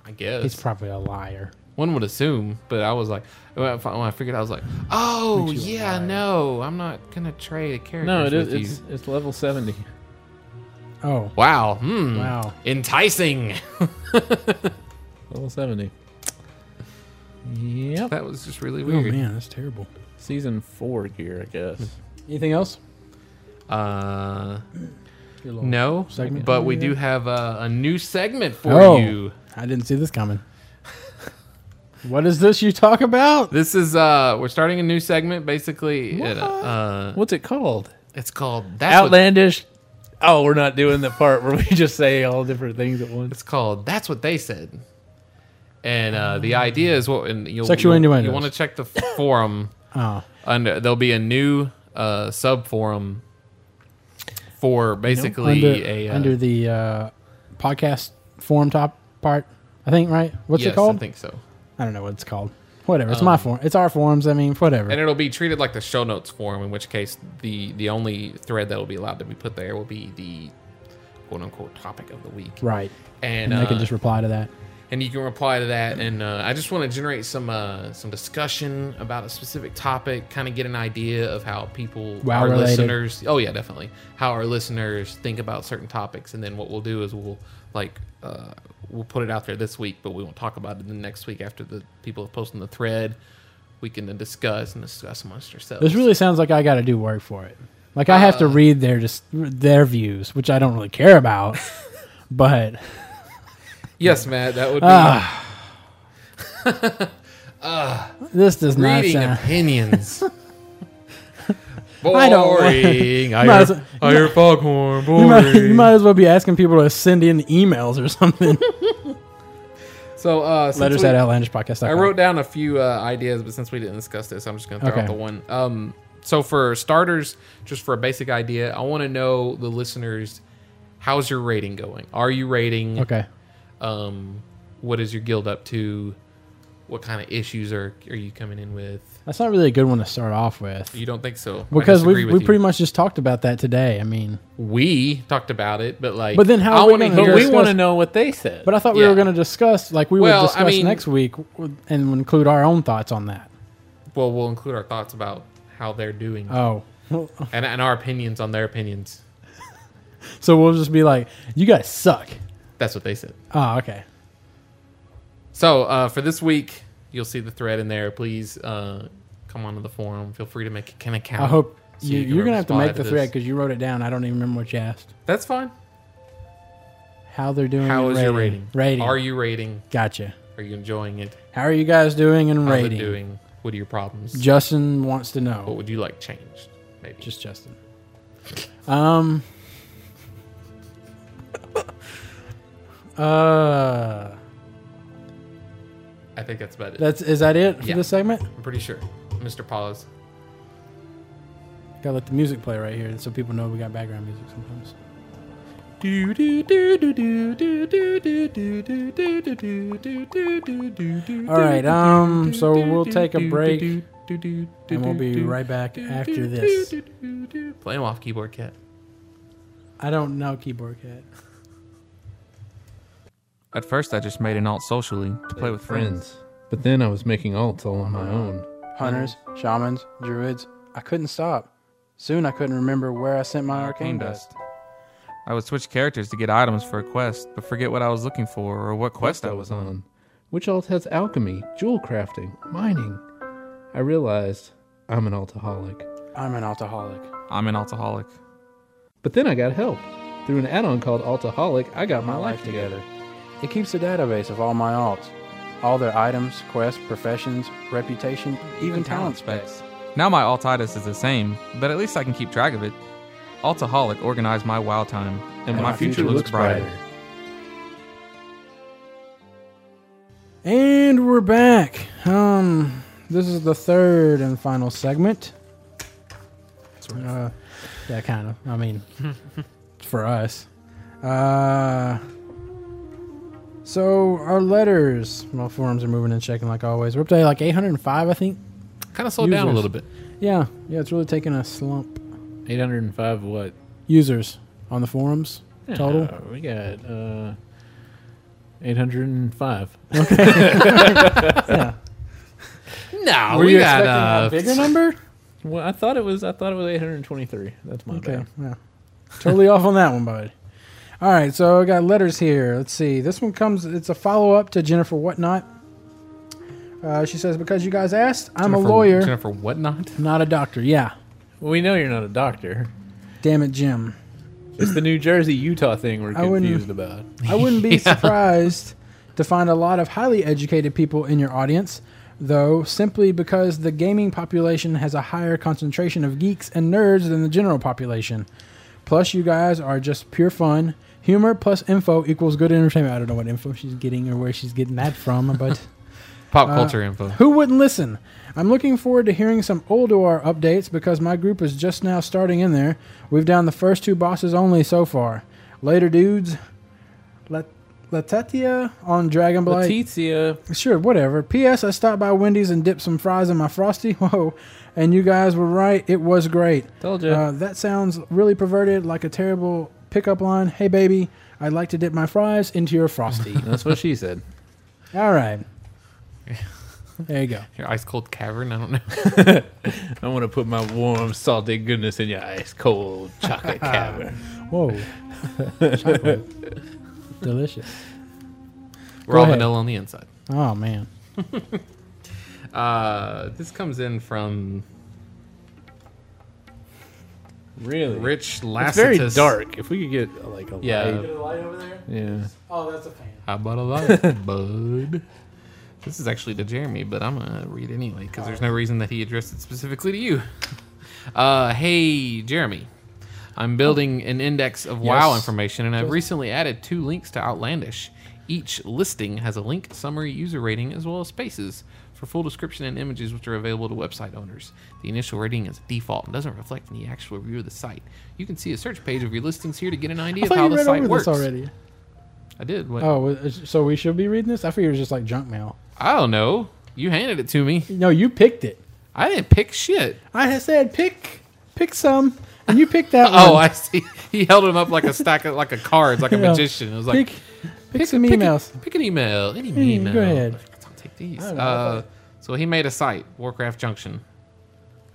I guess He's probably a liar. one would assume, but I was like when I, when I figured I was like, "Oh, yeah, no, I'm not going to trade a character No, it with is. you." It's, it's level seventy. Oh, Wow. Hmm. Wow. *laughs* Enticing. Level seventy. Yep. that was just really oh weird. man, that's terrible. Season four gear, I guess. Anything else? Uh Your little- no, segment. but we do have a, a new segment for Oh. you. I didn't see this coming. *laughs* what is this you talk about? This is uh we're starting a new segment basically. It, uh, What's it called? it's called That's What Outlandish. Oh, we're not doing the part where we *laughs* just say all different things at once. It's called "That's What They Said," and uh, the idea is what and you'll, Sexual you'll- innuendos. You want to check the forum. Oh, under there'll be a new uh, sub forum for basically under, a uh, under the uh, podcast form top part, I think. Right? What's yes, it called? I think so. I don't know what it's called. Whatever. It's my form. It's our forums. I mean, whatever. Um, And it'll be treated like the show notes form, in which case the the only thread that'll be allowed to be put there will be the quote unquote topic of the week. right. And, And they can uh, just reply to that. and you can reply to that. And uh, I just want to generate some uh, some discussion about a specific topic, kind of get an idea of how people, Wow our related. listeners, oh yeah, definitely, how our listeners think about certain topics. And then what we'll do is we'll like uh, we'll put it out there this week, but we won't talk about it the next week after the people have posted in the thread. We can then discuss and discuss amongst ourselves. This really sounds like I got to do work for it. Like I Uh, have to read their just their views, which I don't really care *laughs* about. but yes, Matt, that would be Ah, this does not reading sound. opinions. uh, *laughs* I don't want- Boring. I *laughs* Might as hear, well- I hear foghorn. Boring. *laughs* You might, you might as well be asking people to send in emails *laughs* or something. So uh, since Letters we- at outlandishpodcast.com. I wrote down a few uh, ideas, but since we didn't discuss this, I'm just going to throw Okay. out the one. Um, so for starters, just for a basic idea, I want to know the listeners, how's your rating going? Are you rating? Okay. Um, what is your guild up to? What kind of issues are are you coming in with? That's not really a good one to start off with You don't think so? I because we disagree with we you. pretty much just talked about that today. I mean, we talked about it, but like, But then I how are we wanna gonna But hear- we Discuss- want to know what they said. but I thought we Yeah. were going to discuss like we Well, I would discuss mean- next week w- and include our own thoughts on that. well, we'll include our thoughts about how they're doing Oh. Well, and and our opinions on their opinions. So we'll just be like, you guys suck. That's what they said. Oh, okay. So uh, for this week, you'll see the thread in there. Please uh, come onto the forum. Feel free to make an account. I hope So you, you can you're gonna have to reply make to the thread this. because you wrote it down. I don't even remember what you asked. that's fine. How they're doing? How in is rating. your rating? Rating. Are you rating? gotcha. Are you enjoying it? How are you guys doing in How's rating? it doing? Oh. What are your problems? Justin wants to know. what would you like changed? Maybe. Just Justin. Um. *laughs* Uh, I think that's about it. that's is that it for Yeah. this segment? I'm pretty sure. Mr. Pause. Gotta let the music play right here, so people know we got background music sometimes. Do do do do do do do do do do do do do do do do do do. All right, um, so we'll take a break, and And we'll be right back after this. Play him off keyboard, cat. I don't know keyboard cat. At first, I just made an alt socially to play with friends. But then I was making alts all on my own. Hunters, shamans, druids. I couldn't stop. Soon I couldn't remember where I sent my arcane dust. I would switch characters to get items for a quest, but forget what I was looking for or what quest I was on. Which alt has alchemy, jewel crafting, mining? I realized I'm an altaholic. I'm an alcoholic. I'm an altaholic. But then I got help. Through an add on called Altaholic, I got my life together. It keeps a database of all my alts, all their items, quests, professions, reputation, even talent specs. Now my altitis is the same, but at least I can keep track of it. Altaholic organized my WoW time, and, my, future, looks, brighter. And we're back. Um, this is the third and final segment. Uh, yeah, kind of. I mean, *laughs* for us. Uh, so our letters, well, forums are moving and checking like always. We're up to like 805, I think. Kind of slowed down a Users. little bit. Yeah, yeah, it's really taking a slump. 805 what? Users on the forums total. Uh, we got uh, 805. No, Were we you got expecting a uh, bigger number? Well, I thought it was I thought it was 823. That's my Okay, bad. yeah. Totally off on that one, bud. All right, so I got letters here. Let's see. This one comes, it's a follow up to Jennifer Whatnot. Uh, she says, Because you guys asked, I'm Jennifer- a lawyer, Jennifer, whatnot? not a doctor. Yeah. Well, we know you're not a doctor. Damn it, Jim. It's the New Jersey Utah thing we're I wouldn't- confused about. I wouldn't be surprised to find a lot of highly educated people in your audience, though, simply because the gaming population has a higher concentration of geeks and nerds than the general population. Plus, you guys are just pure fun. Humor plus info equals good entertainment. I don't know what info she's getting or where she's getting that from, but Pop Uh, culture info. who wouldn't listen? I'm looking forward to hearing some Oldor updates because my group is just now starting in there. We've down the first two bosses only so far. Later, dudes. Let Latatia on Dragon Blight. Letitia. Sure, whatever. P.S. I stopped by Wendy's and dipped some fries in my frosty. *laughs* Whoa. And you guys were right. It was great. Told ya. Uh, that sounds really perverted, like a terrible pickup line. Hey, baby, I'd like to dip my fries into your *laughs* frosty. That's what she said. All right. There you go. Your ice cold cavern. I don't *laughs* know. I want to put my warm, salty goodness in your ice cold *laughs* chocolate cavern. *laughs* Whoa. Chocolate. Delicious. We're all ahead. vanilla on the inside. Oh, man. Uh, this comes in from Really? Rich It's Lassitus. very dark. If we could get uh, like a light. Yeah. Yeah. Oh, that's a fan. How about a light, bud? This is actually to Jeremy, but I'm gonna read anyway because there's no reason that he addressed it specifically to you. Uh, hey, Jeremy. I'm building an index of WoW Yes. information, and I've recently added two links to Outlandish. Each listing has a link, summary, user rating, as well as spaces for full description and images, which are available to website owners. The initial rating is default and doesn't reflect any actual review of the site. You can see a search page of your listings here to get an idea I of how thought you the read site over works. this already. I did. What? Oh, well, is- so we should be reading this? I figured it was just like junk mail. I don't know. You handed it to me. No, you picked it. I didn't pick shit. I had said pick, pick some, and you picked that *laughs* Oh, one. I see. He held him up like a stack of like a cards, like a *laughs* Yeah. magician. It was like pick, pick, pick, some pick a- emails. pick an email. Any Yeah, email. go ahead. I'll take these. don't know. Uh, so he made a site, Warcraft Junction.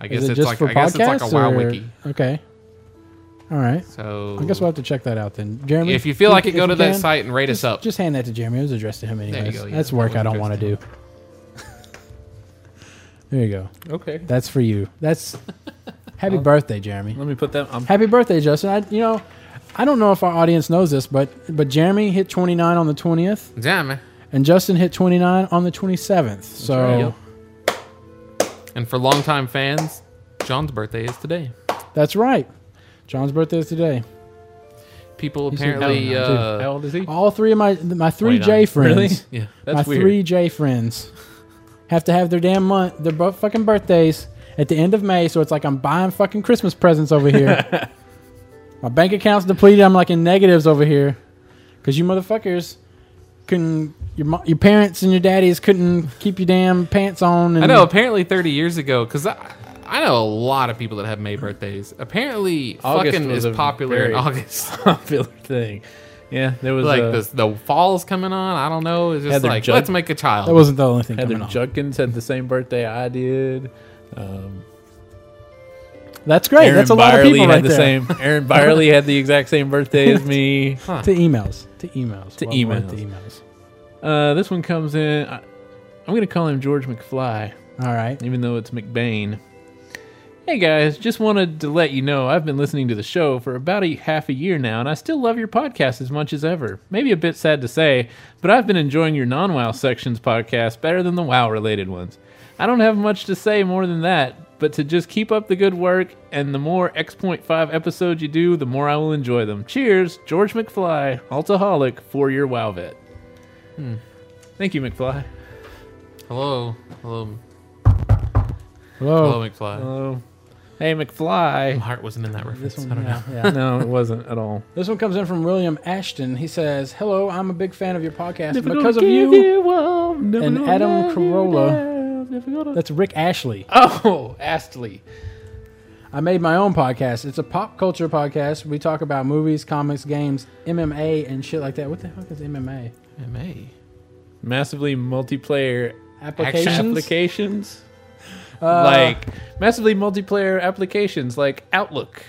I guess is it it's just like for I guess it's podcasts like a WoW or- wiki. Okay. All right. So I guess we'll have to check that out then, Jeremy. if you feel like it, if go you to that can, site and rate us up. Just hand that to Jeremy. It was addressed to him you anyways. go, yeah. That's work That I was don't want to do. *laughs* addressed there you go. Okay. That's for you. *laughs* That's happy birthday, Jeremy. Let me put that. I'm Happy birthday, Justin. I, you know, I don't know if our audience knows this, but but Jeremy hit 29 on the 20th, Damn man. and Justin hit 29 on the 27th. So right. And for longtime fans, John's birthday is today. that's right. John's birthday is today. People said apparently Valentine, too. uh, How old is he? All three of my my three 29. J friends. Really? *laughs* *laughs* yeah. my That's weird. three J friends have to have their damn month, their bu- fucking birthdays at the end of May. So it's like I'm buying fucking Christmas presents over here. *laughs* my bank account's depleted. I'm like in negatives over here because you motherfuckers couldn't. Your, mo- your parents and your daddies couldn't keep your damn pants on. And I know. Apparently, thirty years ago, because I, I know a lot of people that have May birthdays. Apparently, August fucking is was a popular *laughs* very- in August. popular thing. Yeah, there *laughs* was like uh, the the fall's coming on. I don't know. It's Had just their like jug- let's make a child. that wasn't the only thing. Heather coming on. Judkins had the same birthday I did. Um, That's great. Aaron That's a lot Byerly of people had right the there. same. Aaron Byerly had the exact *laughs* same birthday as me. To emails. To emails. To Well, we're at emails. To emails. Uh, this one comes in. I, I'm gonna call him George McFly. All right. even though it's McBain. Hey guys, just wanted to let you know I've been listening to the show for about a half a year now, and I still love your podcast as much as ever. Maybe a bit sad to say, but I've been enjoying your non WoW sections podcast better than the WoW related ones. I don't have much to say more than that, but to just keep up the good work, and the more X.5 episodes you do, the more I will enjoy them. Cheers, George McFly, Altaholic, four year WoW vet. Hmm. Thank you, McFly. hello, hello, Hello. Oh, hello, McFly. Hello. Hey, My McFly. heart wasn't in that reference. uh, This one, I don't yeah, know. yeah. no, it wasn't at all. This one comes in from William Ashton. He says, "Hello, I'm a big fan of your podcast *laughs* Never because of gonna give you." up, never and gonna Adam let you Carolla. down, never gonna- That's Rick Ashley. Oh, Astley. I made my own podcast. It's a pop culture podcast. We talk about movies, comics, games, MMA, and shit like that. What the fuck is MMA? May. Massively multiplayer Applications. Uh, applications. like massively multiplayer applications like Outlook.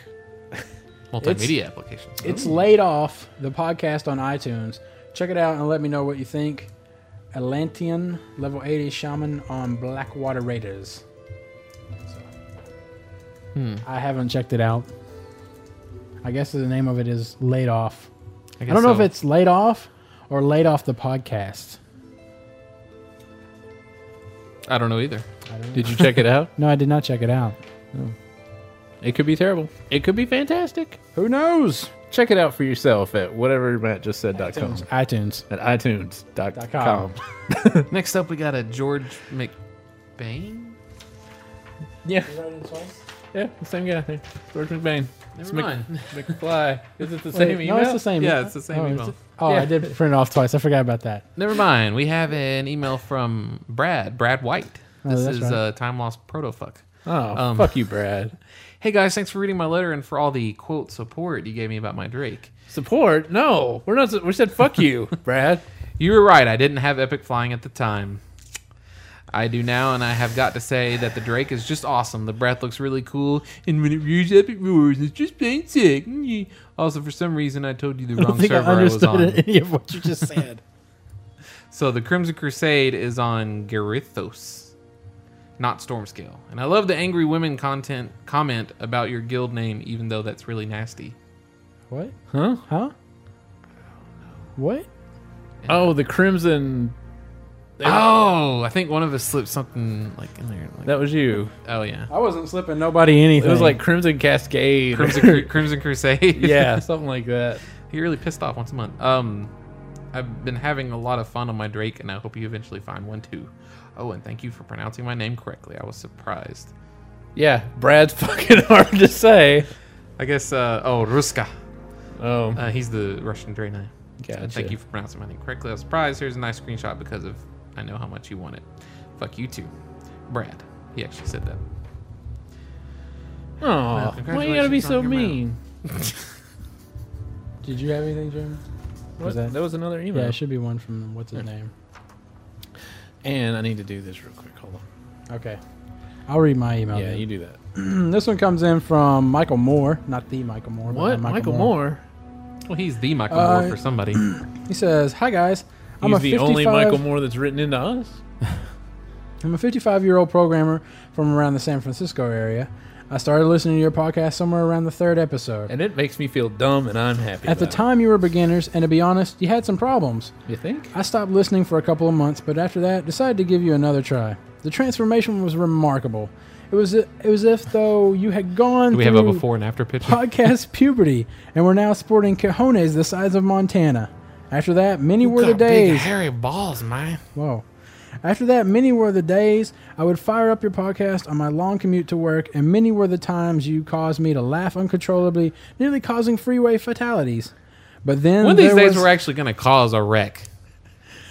Multimedia applications. It's laid off the podcast on iTunes. Check it out and let me know what you think. Atlantean level 80 shaman on Blackwater Raiders. Hmm. So, I haven't checked it out. I guess the name of it is laid off. I, guess don't know so. if it's laid off or laid off the podcast. I don't know either. Did you check it out? No, I did not check it out. *laughs* It could be terrible. It could be fantastic. Who knows? Check it out for yourself at whatever Matt just said dot com. iTunes. At iTunes.com. Dot com. Next up, we got a George McBain. Yeah. Yeah, the same guy. There. George McBain. Never It's Mc- mind. *laughs* McFly. Is it the same Wait, email? No, it's the same. Yeah, email. it's the same oh, email. it's- oh, I Yeah. did print it off twice. I forgot about that. Never mind. We have an email from Brad. Brad White. Oh, This that's is right. uh, time lost proto fuck. Oh, Um, Fuck you, Brad. Hey guys, thanks for reading my letter and for all the quote support you gave me about my Drake. Support? No, we're not. We said fuck *laughs* you, Brad. You were right. I didn't have epic flying at the time. I do now, and I have got to say that the Drake is just awesome. The breath looks really cool, and when it rears up, it roars. It's just plain sick. Mm. Also, for some reason, I told you the *laughs* I don't wrong think I server I, was understood on. any of what you just said. So the Crimson Crusade is on Garithos, not Stormscale. And I love the angry women content comment about your guild name, even though that's really nasty. what? Huh? Huh? What? Oh, the Crimson. Oh, I think one of us slipped something like in there. Like, That was you. oh yeah, I wasn't slipping nobody anything. It was like Crimson Cascade. Crimson Cru- Crimson Crusade. *laughs* yeah, something like that. *laughs* He really pissed off once a month. Um, I've been having a lot of fun on my Drake, and I hope you eventually find one too. Oh, and thank you for pronouncing my name correctly. I was surprised. Yeah, Brad's *laughs* fucking hard to say. I guess. Uh, oh, Ruska. Oh, Uh, he's the Russian Draenei. And Gotcha. Thank you for pronouncing my name correctly. I was surprised. Here's a nice screenshot because of I know how much you want it. Fuck you too, Brad. He actually said that. oh, why you gotta be congratulations so on your mean? Did you have anything, Jeremy? What? that- That? was another email. Yeah, it should be one from what's his name. and I need to do this real quick. Hold on. Okay, I'll read my email. yeah, then. Hmm, you do that. this one comes in from Michael Moore, not the Michael Moore. but What? the Uh, Michael, Moore? Well, he's the Michael Uh, Moore for somebody. He says, "Hi guys, I'm He's a the only 55 Michael Moore that's written into us. I'm a 55 year old programmer from around the San Francisco area. I started listening to your podcast somewhere around the third episode. And it makes me feel dumb and unhappy. At the about time, you were beginners, and to be honest, you had some problems. it. You think? I stopped listening for a couple of months, but after that, decided to give you another try. The transformation was remarkable. It was it was as if though you had gone. Do we have a through before and after picture? *laughs* podcast puberty, and we're now sporting cojones the size of Montana. After that, many were the Got big, days. hairy balls, man. Whoa. After that, many were the days I would fire up your podcast on my long commute to work, and many were the times you caused me to laugh uncontrollably, nearly causing freeway fatalities. But then One of these there days, was- we're actually going to cause a wreck,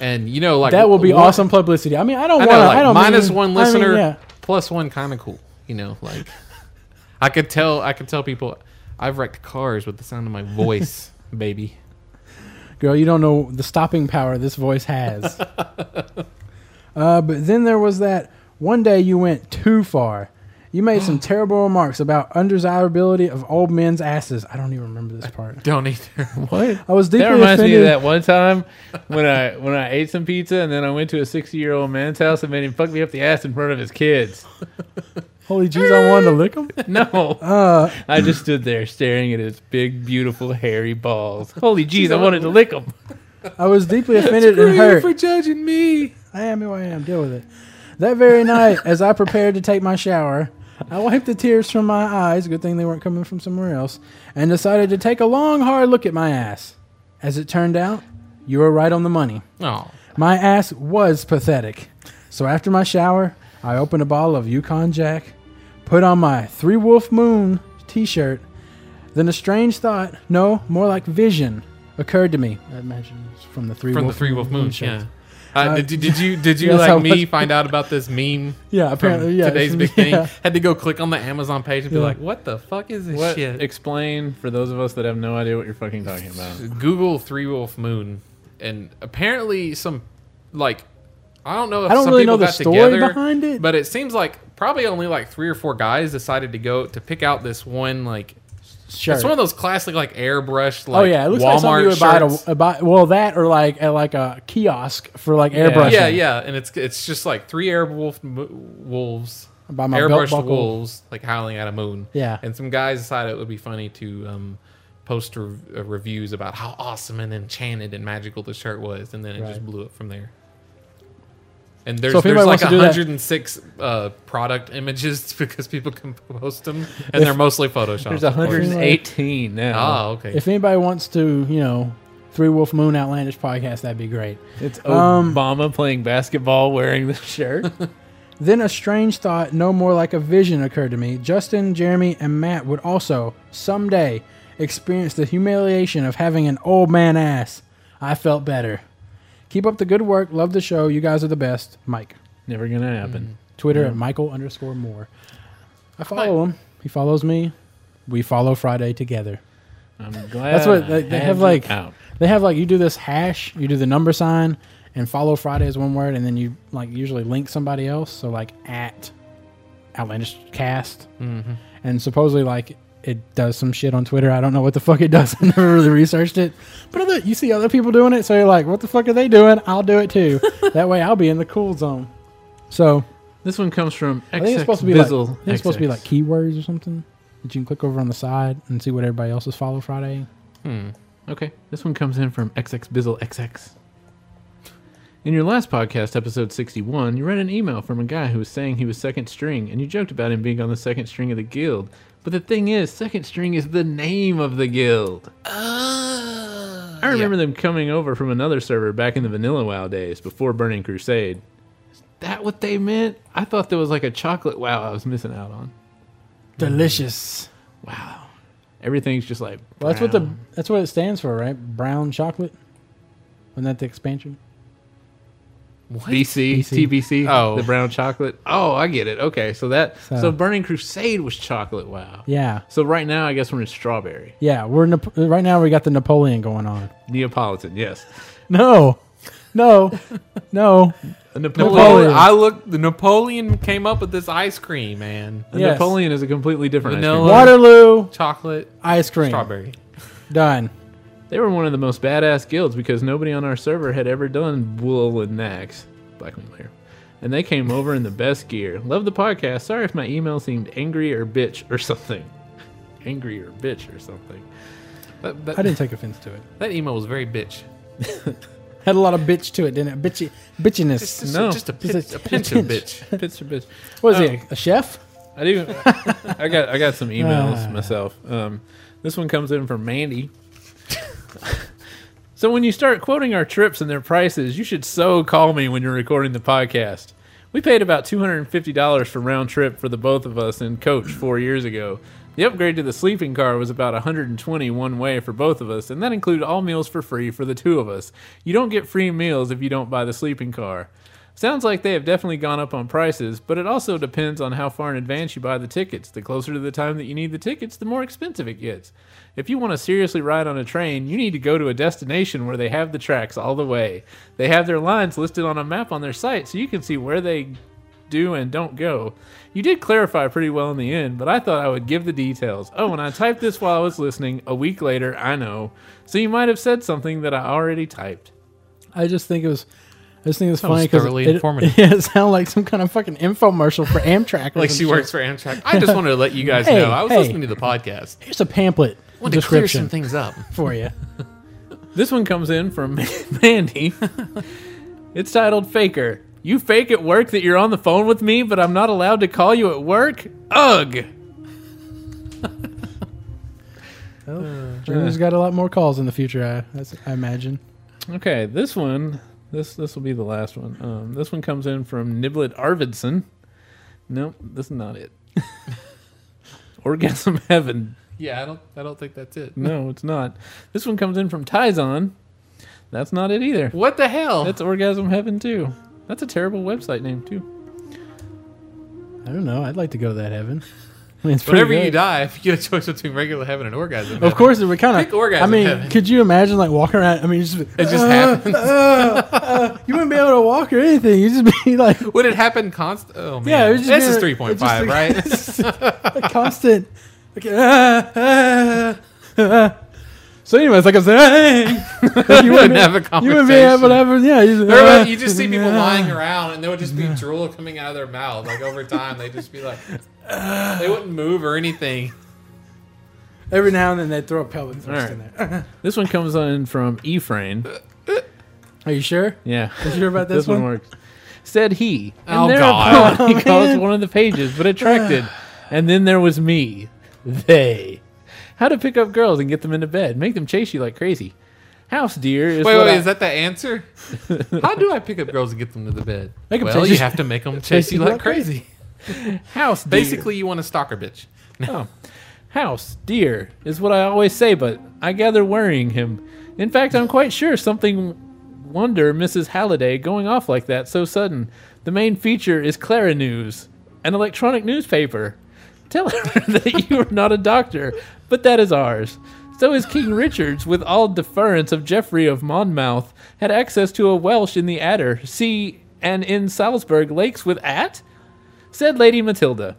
and you know, like that will be one- awesome publicity. I mean, I don't I want. know, like, I don't minus mean- one I mean, listener, yeah. plus one, kind of cool. You know, like I could tell, I could tell people I've wrecked cars with the sound of my voice, *laughs* baby. Girl, you don't know the stopping power this voice has. uh, but then there was that one day you went too far. You made some terrible remarks about undesirability of old men's asses. I don't even remember this part. Don't either. *laughs* What? I was deeply that reminds offended. me of that one time when I when I ate some pizza and then I went to a sixty year old man's house and made him fuck me up the ass in front of his kids. Holy jeez, I wanted to lick him. No, Uh, I just stood there staring at his big, beautiful, hairy balls. Holy jeez, I wanted to lick him. I was deeply offended and hurt. judging me. I am who I am. Deal with it. That very night, as I prepared to take my shower, I wiped the tears from my eyes. Good thing they weren't coming from somewhere else. And decided to take a long, hard look at my ass. As it turned out, you were right on the money. Oh, My ass was pathetic. So after my shower, I opened a bottle of Yukon Jack, put on my Three Wolf Moon t shirt. Then a strange thought, no, more like vision, occurred to me. I imagine it's from the Three from the Wolf Three Wolf Moon Moons. shirts. Yeah. Uh, Uh, did, did you did *laughs* you yes, I like me was- find out about this meme? Yeah, apparently, from yeah. *laughs* Today's it's- big thing. yeah. Had to go click on the Amazon page and be Yeah. like, "What the fuck is this What? shit?" Explain for those of us that have no idea what you're fucking talking about. Google Three Wolf Moon, and apparently some like I don't know if I don't some really people know the got story together, behind it. but it seems like probably only like three or four guys decided to go to pick out this one like Sure. it's one of those classic like airbrushed oh like yeah, it looks like something Walmart you would buy at shirts. a, buy. Well, that or like at like a kiosk for like airbrushing. yeah yeah, and it's it's just like three airwolf m- wolves By my belt airbrushed buckle. wolves like howling at a moon Yeah. and some guys decided it would be funny to um, post rev- uh, reviews about how awesome and enchanted and magical the shirt was, and then it just Right. blew up from there. And there's, So if there's anybody like wants to do that- 106 uh, product images *laughs* because people can post them, and they're mostly photoshopped. There's of course. 118 now. Oh, okay. If anybody wants to, you know, Three Wolf Moon Outlandish podcast, that'd be great. It's Um, Obama playing basketball wearing the shirt. Then a strange thought, no more like a vision, occurred to me. Justin, Jeremy, and Matt would also, someday, experience the humiliation of having an old man ass. I felt better. Keep up the good work. Love the show. You guys are the best. Mike. Never gonna happen. Twitter at Michael underscore Moore. I follow him. He follows me. We follow Friday together. I'm glad. That's what I they, they had have you like. out. They have like you do this hash, you do the number sign, and follow Friday is one word, and then you like usually link somebody else. So like at Outlandish Cast, and supposedly like it does some shit on Twitter. I don't know what the fuck it does. *laughs* I never really researched it, but other, you see other people doing it, so you're like, what the fuck are they doing? I'll do it too. that way, I'll be in the cool zone. So This one comes from I think it's supposed to be Bizzle. like I think it's supposed to be like keywords or something that you can click over on the side and see what everybody else's follow Friday. Okay, this one comes in from XXBizzleXX. In your last podcast, episode 61, you read an email from a guy who was saying he was second string, and you joked about him being on the second string of the guild. But the thing is, second string is the name of the guild. I remember them coming over from another server back in the Vanilla WoW days before Burning Crusade. Is that what they meant? I thought there was like a chocolate WoW I was missing out on. Delicious. Wow. Everything's just like. Well, that's what the brown. that's what it stands for, right? Brown chocolate. Wasn't that the expansion? BC, BC. TBC, Oh. the brown chocolate. Oh, I get it. Okay, so that so, So- Burning Crusade was chocolate. Wow. Yeah, So right now, I guess we're in strawberry yeah. We're Nap- right now. We got the Napoleon going on. Neapolitan. Yes, No, no, no. a Napoleon. Napoleon. Napoleon. I look. The Napoleon came up with this ice cream, man. A Yes. Napoleon is a completely different. ice cream. Vanilla. Waterloo Chocolate, ice cream. strawberry. Done. They were one of the most badass guilds because nobody on our server had ever done wool and nax. Black Wing Lair. And they came over in the best gear. Love the podcast. Sorry if my email seemed angry or bitch or something. angry or bitch or something. That, I that, didn't take offense to it. that email was very bitch. Had a lot of bitch to it, didn't it? Bitchy, bitchiness. Just, just, No. just a, Just pinch, a- a, *laughs* pinch of pinch. bitch. Bitch or bitch. Oh. what is it? A chef? I do. I got I got some emails Ah. myself. Um, this one comes in from Mandy. *laughs* so when you start quoting our trips and their prices, you should so call me when you're recording the podcast. We paid about two hundred and fifty dollars for round trip for the both of us and coach four years ago. The upgrade to the sleeping car was about 120 one way for both of us, and that included all meals for free for the two of us. You don't get free meals if you don't buy the sleeping car. Sounds like they have definitely gone up on prices, but it also depends on how far in advance you buy the tickets. The closer to the time that you need the tickets, the more expensive it gets. If you want to seriously ride on a train, you need to go to a destination where they have the tracks all the way. They have their lines listed on a map on their site so you can see where they do and don't go. You did clarify pretty well in the end, but I thought I would give the details. Oh, and I typed this while I was listening. A week later, I know. So you might have said something that I already typed. I just think it was. I just think it was was funny because thoroughly it, *laughs* informative. Yeah, it sounded like some kind of fucking infomercial for Amtrak. *laughs* or Like some she shit. works for Amtrak. I just wanted to let you guys Hey, know. I was hey. listening to the podcast. Here's a pamphlet I wanted to clear description some things up. for you. This one comes in from *laughs* Mandy. it's titled Faker. You fake at work that you're on the phone with me, but I'm not allowed to call you at work? Ugh! Junior's got a lot more calls in the future. I, that's, I imagine. Okay, this one, this this will be the last one. Um, this one comes in from Niblet Arvidsson. Nope, this is not it. *laughs* Orgasm Heaven. *laughs* Yeah, I don't. I don't think that's it. No, it's not. This one comes in from Tyzon. That's not it either. What the hell? That's Orgasm Heaven too. That's a terrible website name too. I don't know. I'd like to go to that heaven. *laughs* I mean, it's pretty Whenever you good. die, if you get a choice between regular heaven and orgasm, Of heaven, course, it would kind Pick of. I orgasm mean, heaven. could you imagine like walking around? I mean, just, it *laughs* just happens. uh, you wouldn't be able to walk or anything. You just be *laughs* *laughs* like Would it happen constant? Oh man, Yeah, it was just this being is a- three point five, *laughs* right? a constant. Like, *laughs* ah, ah, ah. So, anyways, like I was saying, *laughs* *laughs* you wouldn't have a You wouldn't be able to have. a- Yeah, you just, Or ah, would- you just see people ah. lying around, and there would just be drool coming out of their mouth. Like over time, they'd just be *laughs* like, they wouldn't move or anything. Every now and then they throw a pelvic thrust Alright. in there. This one comes in from Ephraim. *laughs* Are you sure? Yeah. *laughs* You sure about this, this one works. Said he. And Oh, thereupon *laughs* God. He calls *laughs* one of the pages, but attracted. *sighs* and then there was me. They. How to pick up girls and get them into bed. Make them chase you like crazy. House deer is Wait, what wait, I- is that the *laughs* answer? How do I pick up girls and get them to the bed? Make 'em well, *laughs* chase you you. have to make them chase you like crazy. *laughs* house deer. Basically, you want a stalker bitch. No. House deer is what I always say, but I gather worrying him. In fact, I'm quite sure something wonder Mrs. Halliday going off like that so sudden. The main feature is Clara News, an electronic newspaper. Tell her *laughs* that you are not a doctor, but that is ours. So is King Richard's, with all deference of Geoffrey of Monmouth, had access to a Welsh in the Adder, sea, and in Salisbury Lakes with At? Said Lady Matilda,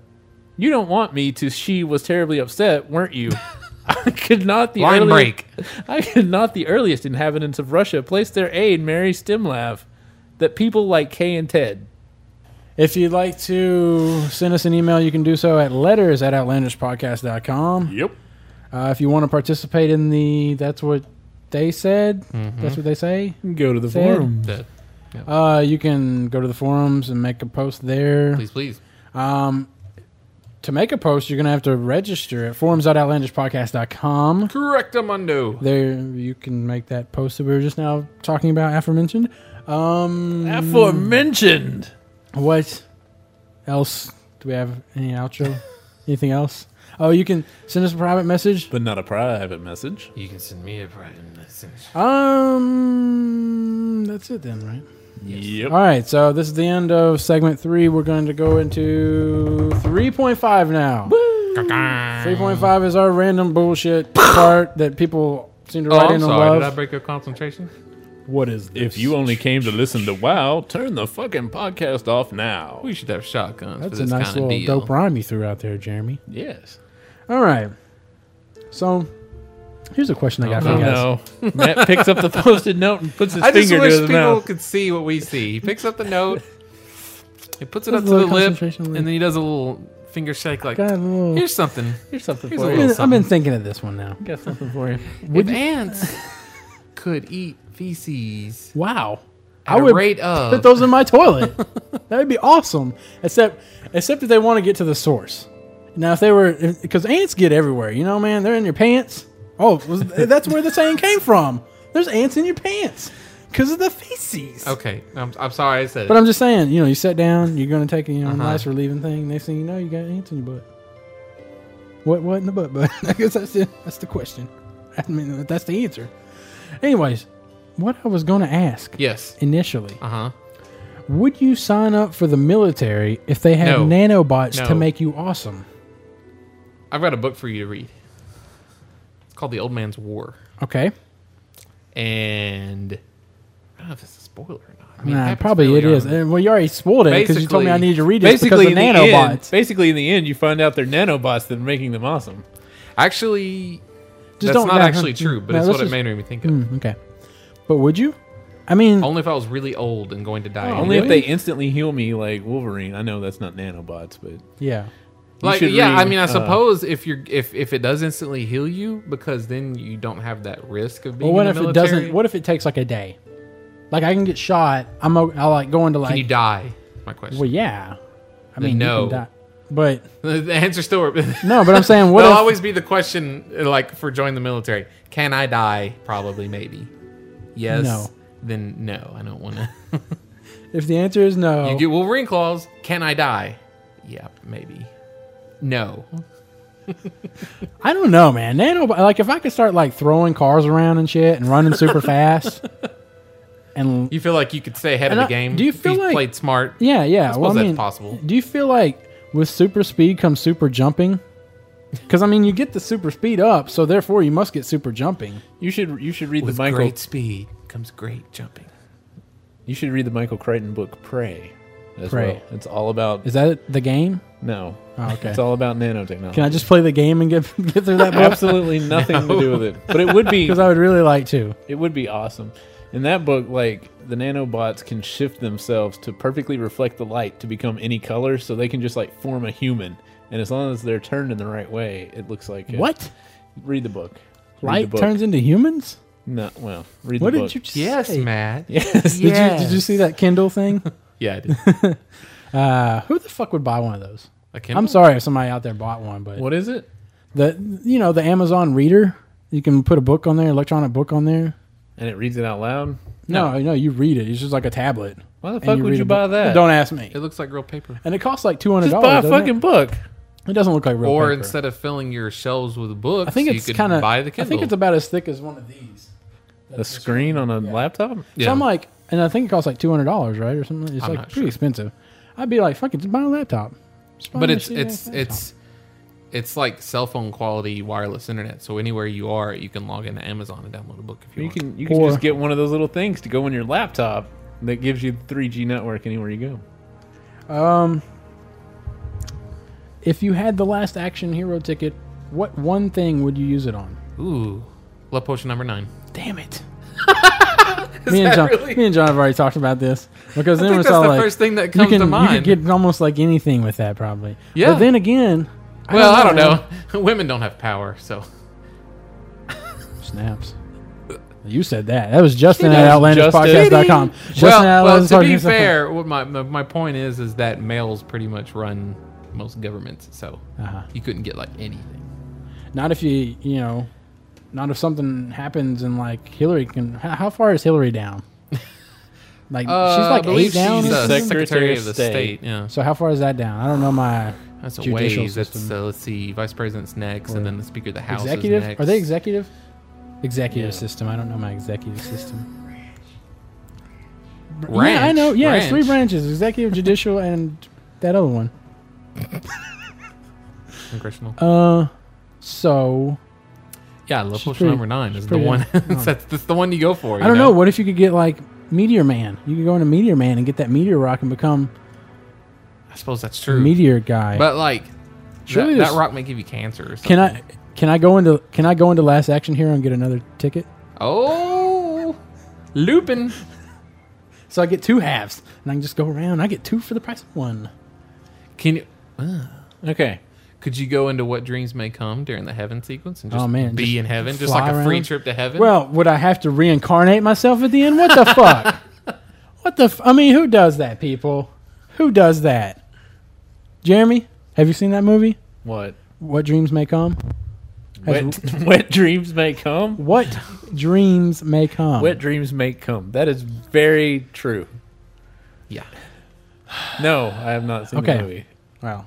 you don't want me to. She was terribly upset, weren't you? *laughs* I could not the Line earliest, break. *laughs* I could not the earliest inhabitants of Russia place their aid, Mary Stimlav, that people like Kay and Ted. If you'd like to send us an email, you can do so at letters at outlandishpodcast.com. Yep. Uh, if you want to participate in the, that's what they said. Mm-hmm. That's what they say. Go to the Said. forum. That- Uh, you can go to the forums and make a post there. please, please. To make a post, you're going to have to register at forums.outlandishpodcast.com. Correct, Amundo. There, you can make that post that we were just now talking about, aforementioned. Um, Mm. Aforementioned. What else do we have? Any outro? Anything else? Oh, you can send us a private message. But not a private message. You can send me a private *laughs* message. Um, that's it then, right? Yep. All right. So this is the end of segment three. We're going to go into three point five now. Three point five is our random bullshit part that people seem to Oh, write I'm in and sorry. Did I love. break your concentration? What is this? If you only came to listen to WoW, turn the fucking podcast off now. We should have shotguns. that's for a this nice kind of little deal. dope rhyme you threw out there, Jeremy. Yes. All right. So here's a question I got for Oh you guys. no. Matt picks up the *laughs* post-it note and puts his I just finger wish to his people mouth. could see what we see. He picks up *laughs* the note, he puts it Does up to a the little lip, concentration and lip. then he does a little finger shake, like Got a little- here's something. Here's something Here's for a you. little- I've been- I've been thinking of this one now. Got something for you. if ants could eat feces Wow. at I a would rate of put those in my toilet. that would be awesome. Except, except if they want to get to the source. Now, if they were, because ants get everywhere, you know, man, they're in your pants. Oh, was, *laughs* that's where the saying came from. There's ants in your pants because of the feces. okay, I'm, I'm sorry I said But it. I'm just saying, you know, you sit down, you're going to take a you know, nice relieving thing. Next thing you know, you got ants in your butt. What? What in the butt? But *laughs* I guess that's the, that's the question. I mean, that's the answer. Anyways, what I was going to ask yes. initially. Uh huh. Would you sign up for the military if they had No. nanobots No. to make you awesome? I've got a book for you to read. It's called The Old Man's War, Okay. and I don't know if it's a spoiler or not. I mean, it Nah, happens probably early it is. on. Uh, Well, you already spoiled it because you told me I Basically- needed to read it because basically of in the end, nanobots. basically in the end, you find out they're nanobots that are making them awesome. Actually, that's don't- not nah, actually huh, true, but nah, it's let's what it just- made me think of. Mm, okay. But would you? I mean, Only if I was really old and going to die. Oh, Only if anyway. they instantly heal me like Wolverine. I know that's not nanobots, but yeah. like should yeah i read, mean i uh, suppose if you're if if it does instantly heal you because then you don't have that risk of Well, being what in if the it military. doesn't? What if it takes like a day? Like I can get shot. I'm o- I like going to can you like. die my question Well, yeah. I mean, no. You can die. *laughs* But the answer still *laughs* no. But I'm *laughs* saying, what will if? always be the question uh, like for joining the military can i die probably maybe yes No. then no i don't want to if the answer is no, *laughs* you get wolverine claws can i die yeah maybe no I don't know, man. Nanobot, like if I could start like throwing cars around and shit and running *laughs* super fast, and you feel like you could stay ahead And of I- the game do you if feel like- played smart yeah, yeah. I suppose well, I that's mean, possible. Do you feel like with super speed comes super jumping? Because I mean, you get the super speed up, so therefore you must get super jumping. you should you should read with the Michael great speed comes great jumping you should read the Michael Crichton book Prey as Prey. well. It's all about Is that the game? no. Oh, okay. It's all about nanotechnology. Can I just play the game and get *laughs* get *laughs* through that book? *laughs* Absolutely nothing to do with it, but it would be Because I would really like to. it would be awesome. In that book, like the nanobots can shift themselves to perfectly reflect the light to become any color, so they can just like form a human. And as long as they're turned in the right way, it looks like it. What Read the book. Read the light book. turns into humans? No, well, read What the did book. you just yes say? matt Yes. *laughs* Did you did you see that *laughs* Kindle thing? yeah I did. *laughs* Uh, who the fuck would buy one of those? A Kindle? I'm sorry if somebody out there bought one, but What is it? the you know the Amazon Reader, you can put a book on there, electronic book on there, and it reads it out loud. No, no, you read it. It's just like a tablet. Why the And fuck would read you a buy book. that? Don't ask me. It looks like real paper. And it costs like two hundred just buy a dollars. fucking book. It? it doesn't look like real Or paper. instead of filling your shelves with books, I think it's you could kind of. buy I the Kindle. think it's about as thick as one of these. The screen on a laptop. yeah. So I'm like, and I think it costs like two hundred dollars, right, or something. It's I'm like not pretty sure. expensive. I'd be like, fuck it, just buy a laptop. Just buy but a it's shitty it's ass laptop. it's it's like cell phone quality wireless internet. So anywhere you are, you can log into Amazon and download a book if you, You want. can you can Or- just get one of those little things to go in your laptop that gives you 3G network anywhere you go. um. If you had the last action hero ticket, what one thing would you use it on? Ooh, love potion number nine. Damn *laughs* it. me and that John, really- me and John have already talked about this because then think we that's saw the like first thing that you comes to can mind. you could get almost like anything with that probably. Yeah. But then again, Well, I don't know. *laughs* Women don't have power, so man. Snaps. You said that. That was Justin at knows Justin. outlandishpodcast.com. Justin well, well, at to be outlandishpodcast.com. fair, what my, my my point is is that males pretty much run most governments, so Uh-huh. you couldn't get like anything. Not if you you know, not if something happens and like Hillary can. How, how far is Hillary down? Like she's Uh, I like believe eight down. She's or the something? Secretary Secretary, of of the State. State. Yeah, so how far is that down? I don't know my that's a judicial ways. That's system. so. Let's see, Vice President's next, and then the Speaker of the House executive. is next. Are they executive? Executive system. I don't know my executive system. Yeah, I know. Yeah, it's three branch. branches: *laughs* executive, judicial, and that other one. Congressional. Uh, so yeah, love potion pretty- number nine is the pretty- one. *laughs* oh. that's, that's the one you go for. I you don't know. What if you could get like Meteor Man? You could go into Meteor Man and get that meteor rock and become I suppose that's true. meteor guy. Hmm. But like, Surely that, there's- that rock may give you cancer. Or something. can I? Can I go into Can I go into Last Action Hero and get another ticket? Oh, Lupin. So I get two halves, and I can just go around. I get two for the price of one. Can you? Okay. Could you go into what dreams may come during the heaven sequence and just Oh, man, be just in heaven, just fly like a free around? trip to heaven? Well, would I have to reincarnate myself at the end? *laughs* What the fuck? What the? F- I mean, who does that, people? Who does that? Jeremy, have you seen that movie? What? What dreams may come. Has- Wet, *laughs* wet dreams may come. what dreams may come. Wet dreams may come. That is very true. yeah. No, I have not seen Okay. the movie. wow.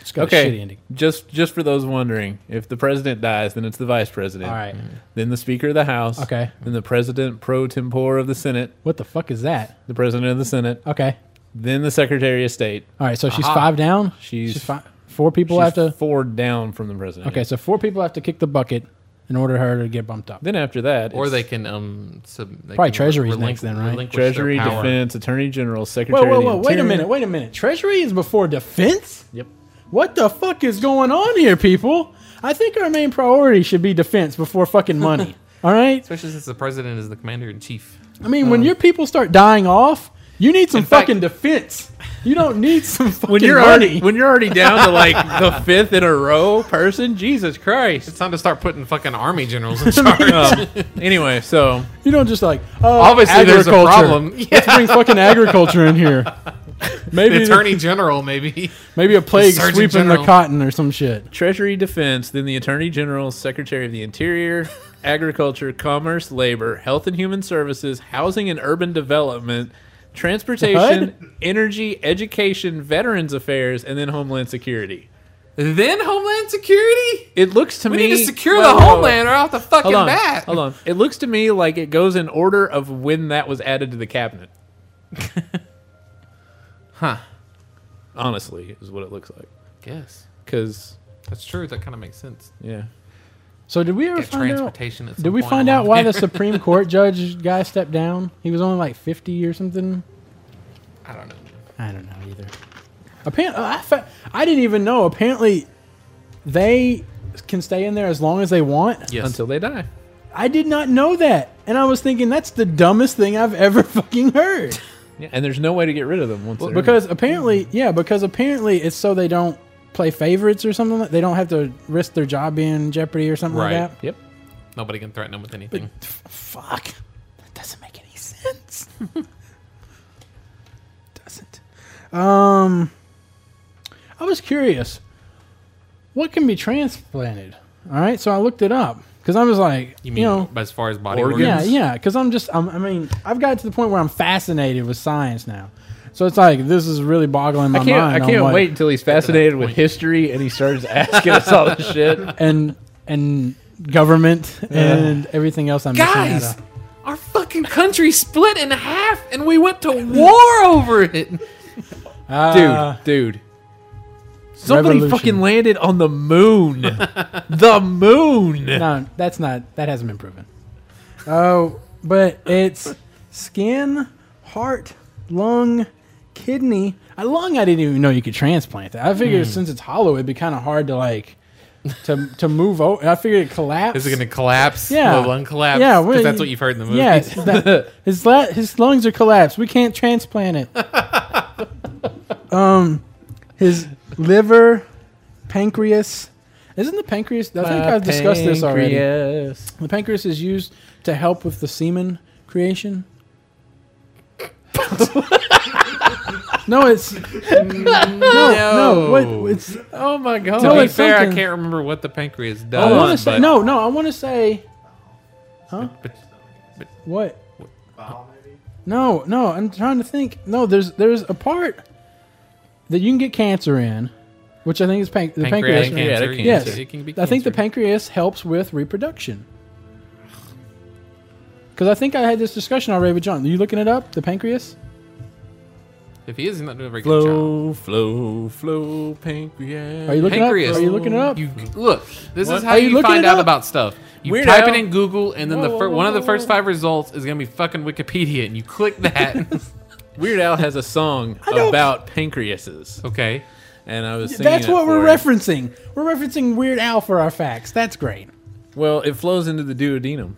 It's got a shitty Okay. ending. Just just for those wondering, if the president dies, then it's the vice president. All right. Then the speaker of the house. Okay. Then the president pro tempore of the Senate, What the fuck is that? the president of the Senate, Okay. then the secretary of state. All right. So she's five down. She's- she's five, four people She's have to. four down from the president. Okay. So four people have to kick the bucket in order for her to get bumped up. Then after that, Or it's they can um sub, they Probably can Treasury's relinqu- next then, right? relinquish their Treasury, power. Defense, Attorney General, Whoa, Secretary. whoa, of the whoa! Wait a Interior. minute. Wait a minute. Treasury is before defense. Yep. What the fuck is going on here, people? I think our main priority should be defense before *laughs* fucking money. all right? Especially since the president is the commander in chief. I mean, when your people start dying off, you need some Uh. In fact- fucking defense. You don't *laughs* need some fucking When you're money. already when you're already down to like the *laughs* fifth in a row person, Jesus Christ. It's time to start putting fucking army generals *laughs* in charge. Um, anyway, so you don't just like, oh, Obviously, agriculture. there's a problem. Let's *laughs* bring fucking agriculture in here. Maybe the attorney general, maybe. maybe a plague Surgeon sweeping the General. cotton or some shit. Treasury, Defense, then the Attorney General, Secretary of *laughs* the Interior, Agriculture, Commerce, Labor, Health and Human Services, Housing and Urban Development, Transportation, Energy, Education, Veterans Affairs, and then Homeland Security. Then Homeland Security? It looks to We me need to secure Whoa, the whoa, whoa. homeland or off the fucking Hold on, bat. hold on. It looks to me like it goes in order of when that was added to the cabinet. *laughs* Huh. Honestly, is what it looks like. Guess. Because That's true. That kind of makes sense. yeah, So did we ever Get find out? transportation at some Did we point find along out why the- *laughs* the Supreme Court judge guy stepped down? He was only like fifty or something. I don't know. I don't know either. Apparently, I, fa- I didn't even know. Apparently, they can stay in there as long as they want. Yes. until they die. I did not know that, and I was thinking that's the dumbest thing I've ever *laughs* fucking heard. Yeah, and there's no way to get rid of them once they're in. because apparently, yeah, because apparently it's so they don't play favorites or something. Like, they don't have to risk their job being in jeopardy or something Right. like that. Yep. Nobody can threaten them with anything. F- fuck, that doesn't make any sense. *laughs* doesn't. Um, I was curious. What can be transplanted? All right, so I looked it up. Because I'm just like, you, You mean know, as far as body organs? organs? yeah, yeah. Because I'm just, I'm, I mean, I've got to the point where I'm fascinated with science now. So it's like this is really boggling my I can't. mind. I on can't what- wait until he's fascinated with history and he starts asking us all this *laughs* shit. And and government and everything else. I'm missing out Guys, on. our fucking country split in half, and we went *laughs* to war over it. dude, Ah, dude. Somebody Revolution. fucking landed on the *laughs* moon. the moon. no, that's not. That hasn't been proven. Oh, but it's skin, heart, lung, kidney. A lung, I didn't even know you could transplant that. I figured Hmm. since it's hollow, it'd be kind of hard to like to to move over. I figured it collapsed. Is it going to collapse? Yeah. Will lung collapse? Yeah, well, because that's you- what you've heard in the movies. *laughs* Yeah, it's that- his la- his lungs are collapsed. We can't transplant *laughs* it. um, his liver, pancreas. Isn't the pancreas? I think I've discussed this already. Pancreas. The pancreas is used to help with the semen creation. *laughs* no, it's no, no. What, it's Oh my god. No, To be it's fair, I something- Oh, can't remember what the pancreas I does. want to say but- no, no. I want to say but- What? No, no. I'm trying to think. No, there's there's a part that you can get cancer in, which I think is panc- the pancreas. pancreatic right? cancer. Pancreatic Yes, It can be I think the cancer. pancreas helps with reproduction. Because I think I had this discussion already with John. Are you looking it up? The pancreas? If he is he's not doing a very good job. Flow, flow, flow, pancreas. Are you looking it Pancreas. up? Are you looking it up? You, look, this is What? how Are you you, looking find it out up? about stuff. You Weird type Al. it in Google, and then the Whoa, fir- whoa, one of whoa, the first whoa. five results is gonna be fucking Wikipedia, and you click *laughs* that. Weird Al has a song don't- about pancreases, okay, and I was. Singing That's it what we're for him. referencing. We're referencing Weird Al for our facts. That's great. Well, it flows into the duodenum,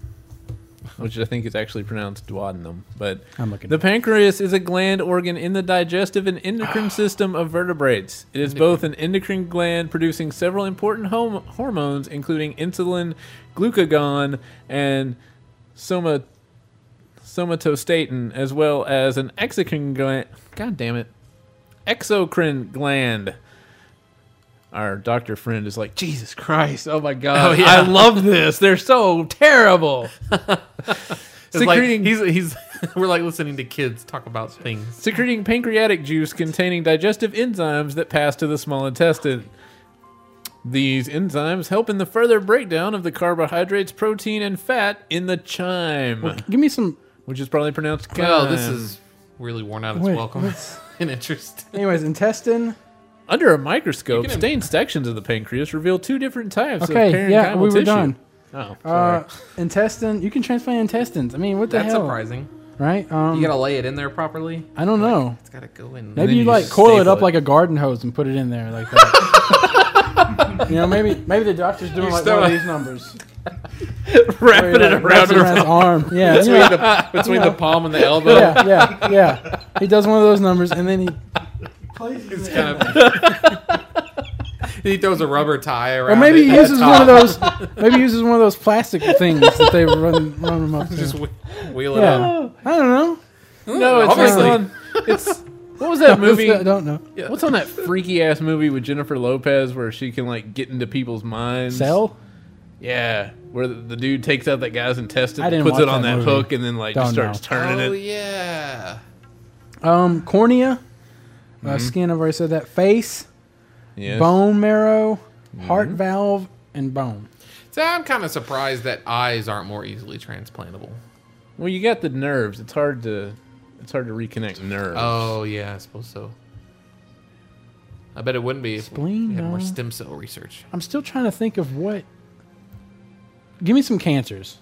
which I think is actually pronounced duodenum. But I'm looking the it up. pancreas is a gland organ in the digestive and *sighs* endocrine system of vertebrates. It is both an endocrine gland producing several important hom- hormones, including insulin, glucagon, and soma- somatostatin, as well as an exocrine gland. God damn it. Exocrine gland. Our doctor friend is like, Jesus Christ. Oh my God. Oh, yeah. I love this. They're *laughs* so terrible. It's like, secreting, he's he's *laughs* we're like listening to kids talk about things. secreting pancreatic juice containing digestive enzymes that pass to the small intestine. These enzymes help in the further breakdown of the carbohydrates, protein, and fat in the chyme, Give me some. which is probably pronounced chyme. Well, this is really worn out. It's Wait, welcome *laughs* and interest. Anyways, *laughs* intestine. Under a microscope, You can- stained sections of the pancreas reveal two different types of Okay, parenchymal yeah, we were tissue. done. Oh, sorry. Uh, intestine. You can transplant intestines. I mean, what the That's hell? surprising. Right? Um, You gotta lay it in there properly. I don't know. It's gotta go in. Maybe then you, you like just coil it staple up it. like a garden hose and put it in there like that. *laughs* you know, maybe maybe the doctor's doing like one of these numbers. wrapping it Like, wraps around it around his arm. Yeah, you know, *laughs* between the palm and the elbow. yeah, yeah, yeah. He does one of those numbers and then he places it. *laughs* He throws a rubber tie around. Or maybe it he at the uses top. one of those. Maybe he uses one of those plastic things that they run run them up. to. Just whe- *laughs* wheel it up. yeah, I don't know. *laughs* No, it's Obviously. like on. It's what was that movie? I don't know. What's on that freaky ass movie with Jennifer Lopez where she can like get into people's minds? Cell. Yeah, where the, the dude takes out that guy's intestine, I didn't puts watch it on that that, movie. hook, and then like just Don't starts turning Oh it. yeah. Um, cornea. Mm-hmm. Uh, skin. I've already said that. Face. Yes. bone marrow, Mm-hmm. heart valve, and bone. So I'm kind of surprised that eyes aren't more easily transplantable. Well, you got the nerves. It's hard to it's hard to reconnect nerves. Oh yeah, I suppose so. I bet it wouldn't be if Spleen, we had more no. stem cell research. I'm still trying to think of what. Give me some cancers.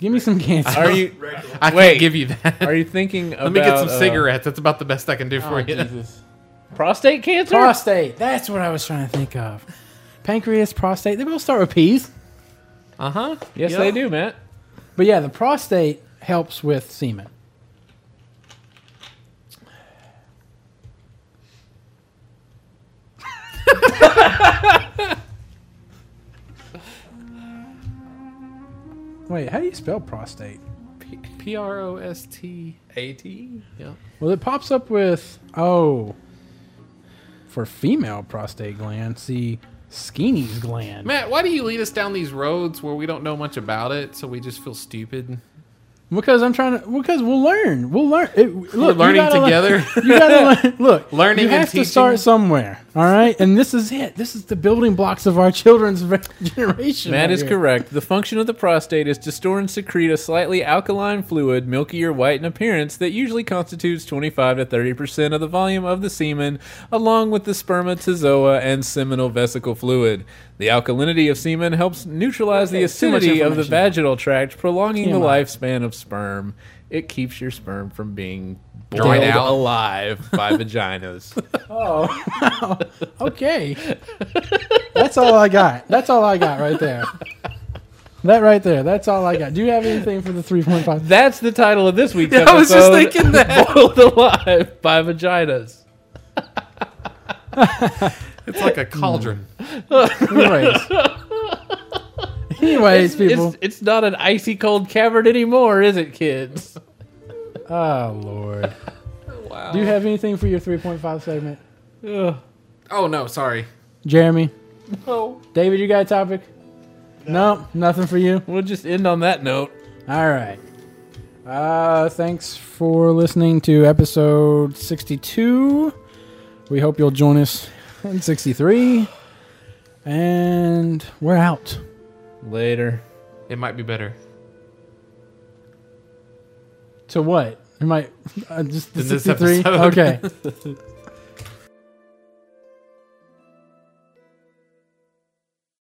Give me some cancers. Are you *laughs* I Wait. can't give you that. are you uh, thinking? *laughs* Let Let me get some cigarettes. That's about the best I can do for you. *laughs* Prostate cancer. prostate. That's what I was trying to think of. Pancreas, prostate. They both start with P's. Uh huh. yes, Yeah. they do, Matt. But yeah, the prostate helps with semen. Wait, how do you spell prostate? P R O S T A T. Yeah. Well, it pops up with oh, for female prostate gland, see Skene's gland. Matt, why do you lead us down these roads where we don't know much about it, so we just feel stupid? Because I'm trying to. Because we'll learn. We'll learn. It, look, you learning gotta learn- together. *laughs* you *laughs* gotta learn. Look, Learning You and have to teaching. start somewhere. All right, and this is it. This is the building blocks of our *laughs* children's ve- generation. right Matt is here. correct. The function of the prostate is to store and secrete a slightly alkaline fluid, milky or white in appearance, that usually constitutes 25 to 30 percent of the volume of the semen, along with the spermatozoa and seminal vesicle fluid. The alkalinity of semen helps neutralize the too much acidity of the information. vaginal tract, prolonging the TMI. lifespan of sperm. It keeps your sperm from being Dried boiled out. alive by vaginas. Okay, that's all I got. That's all I got right there. That right there. That's all I got. Do you have anything for the three point five? *laughs* That's the title of this week's I was episode. just thinking that. *laughs* Boiled alive by vaginas. It's *laughs* like a cauldron. Anyways, anyways, people. It's, it's not an icy cold cavern anymore, is it, kids? Oh Lord. Do you have anything for your 3.5 segment? Oh no, sorry. Jeremy? No. David, you got a topic? No. nothing for you. We'll just end on that note. All right. Uh, thanks for listening to episode 62. We hope you'll join us in 63. And we're out. Later. It might be better. To what? uh, Am I uh, just the To this 63? episode. Okay.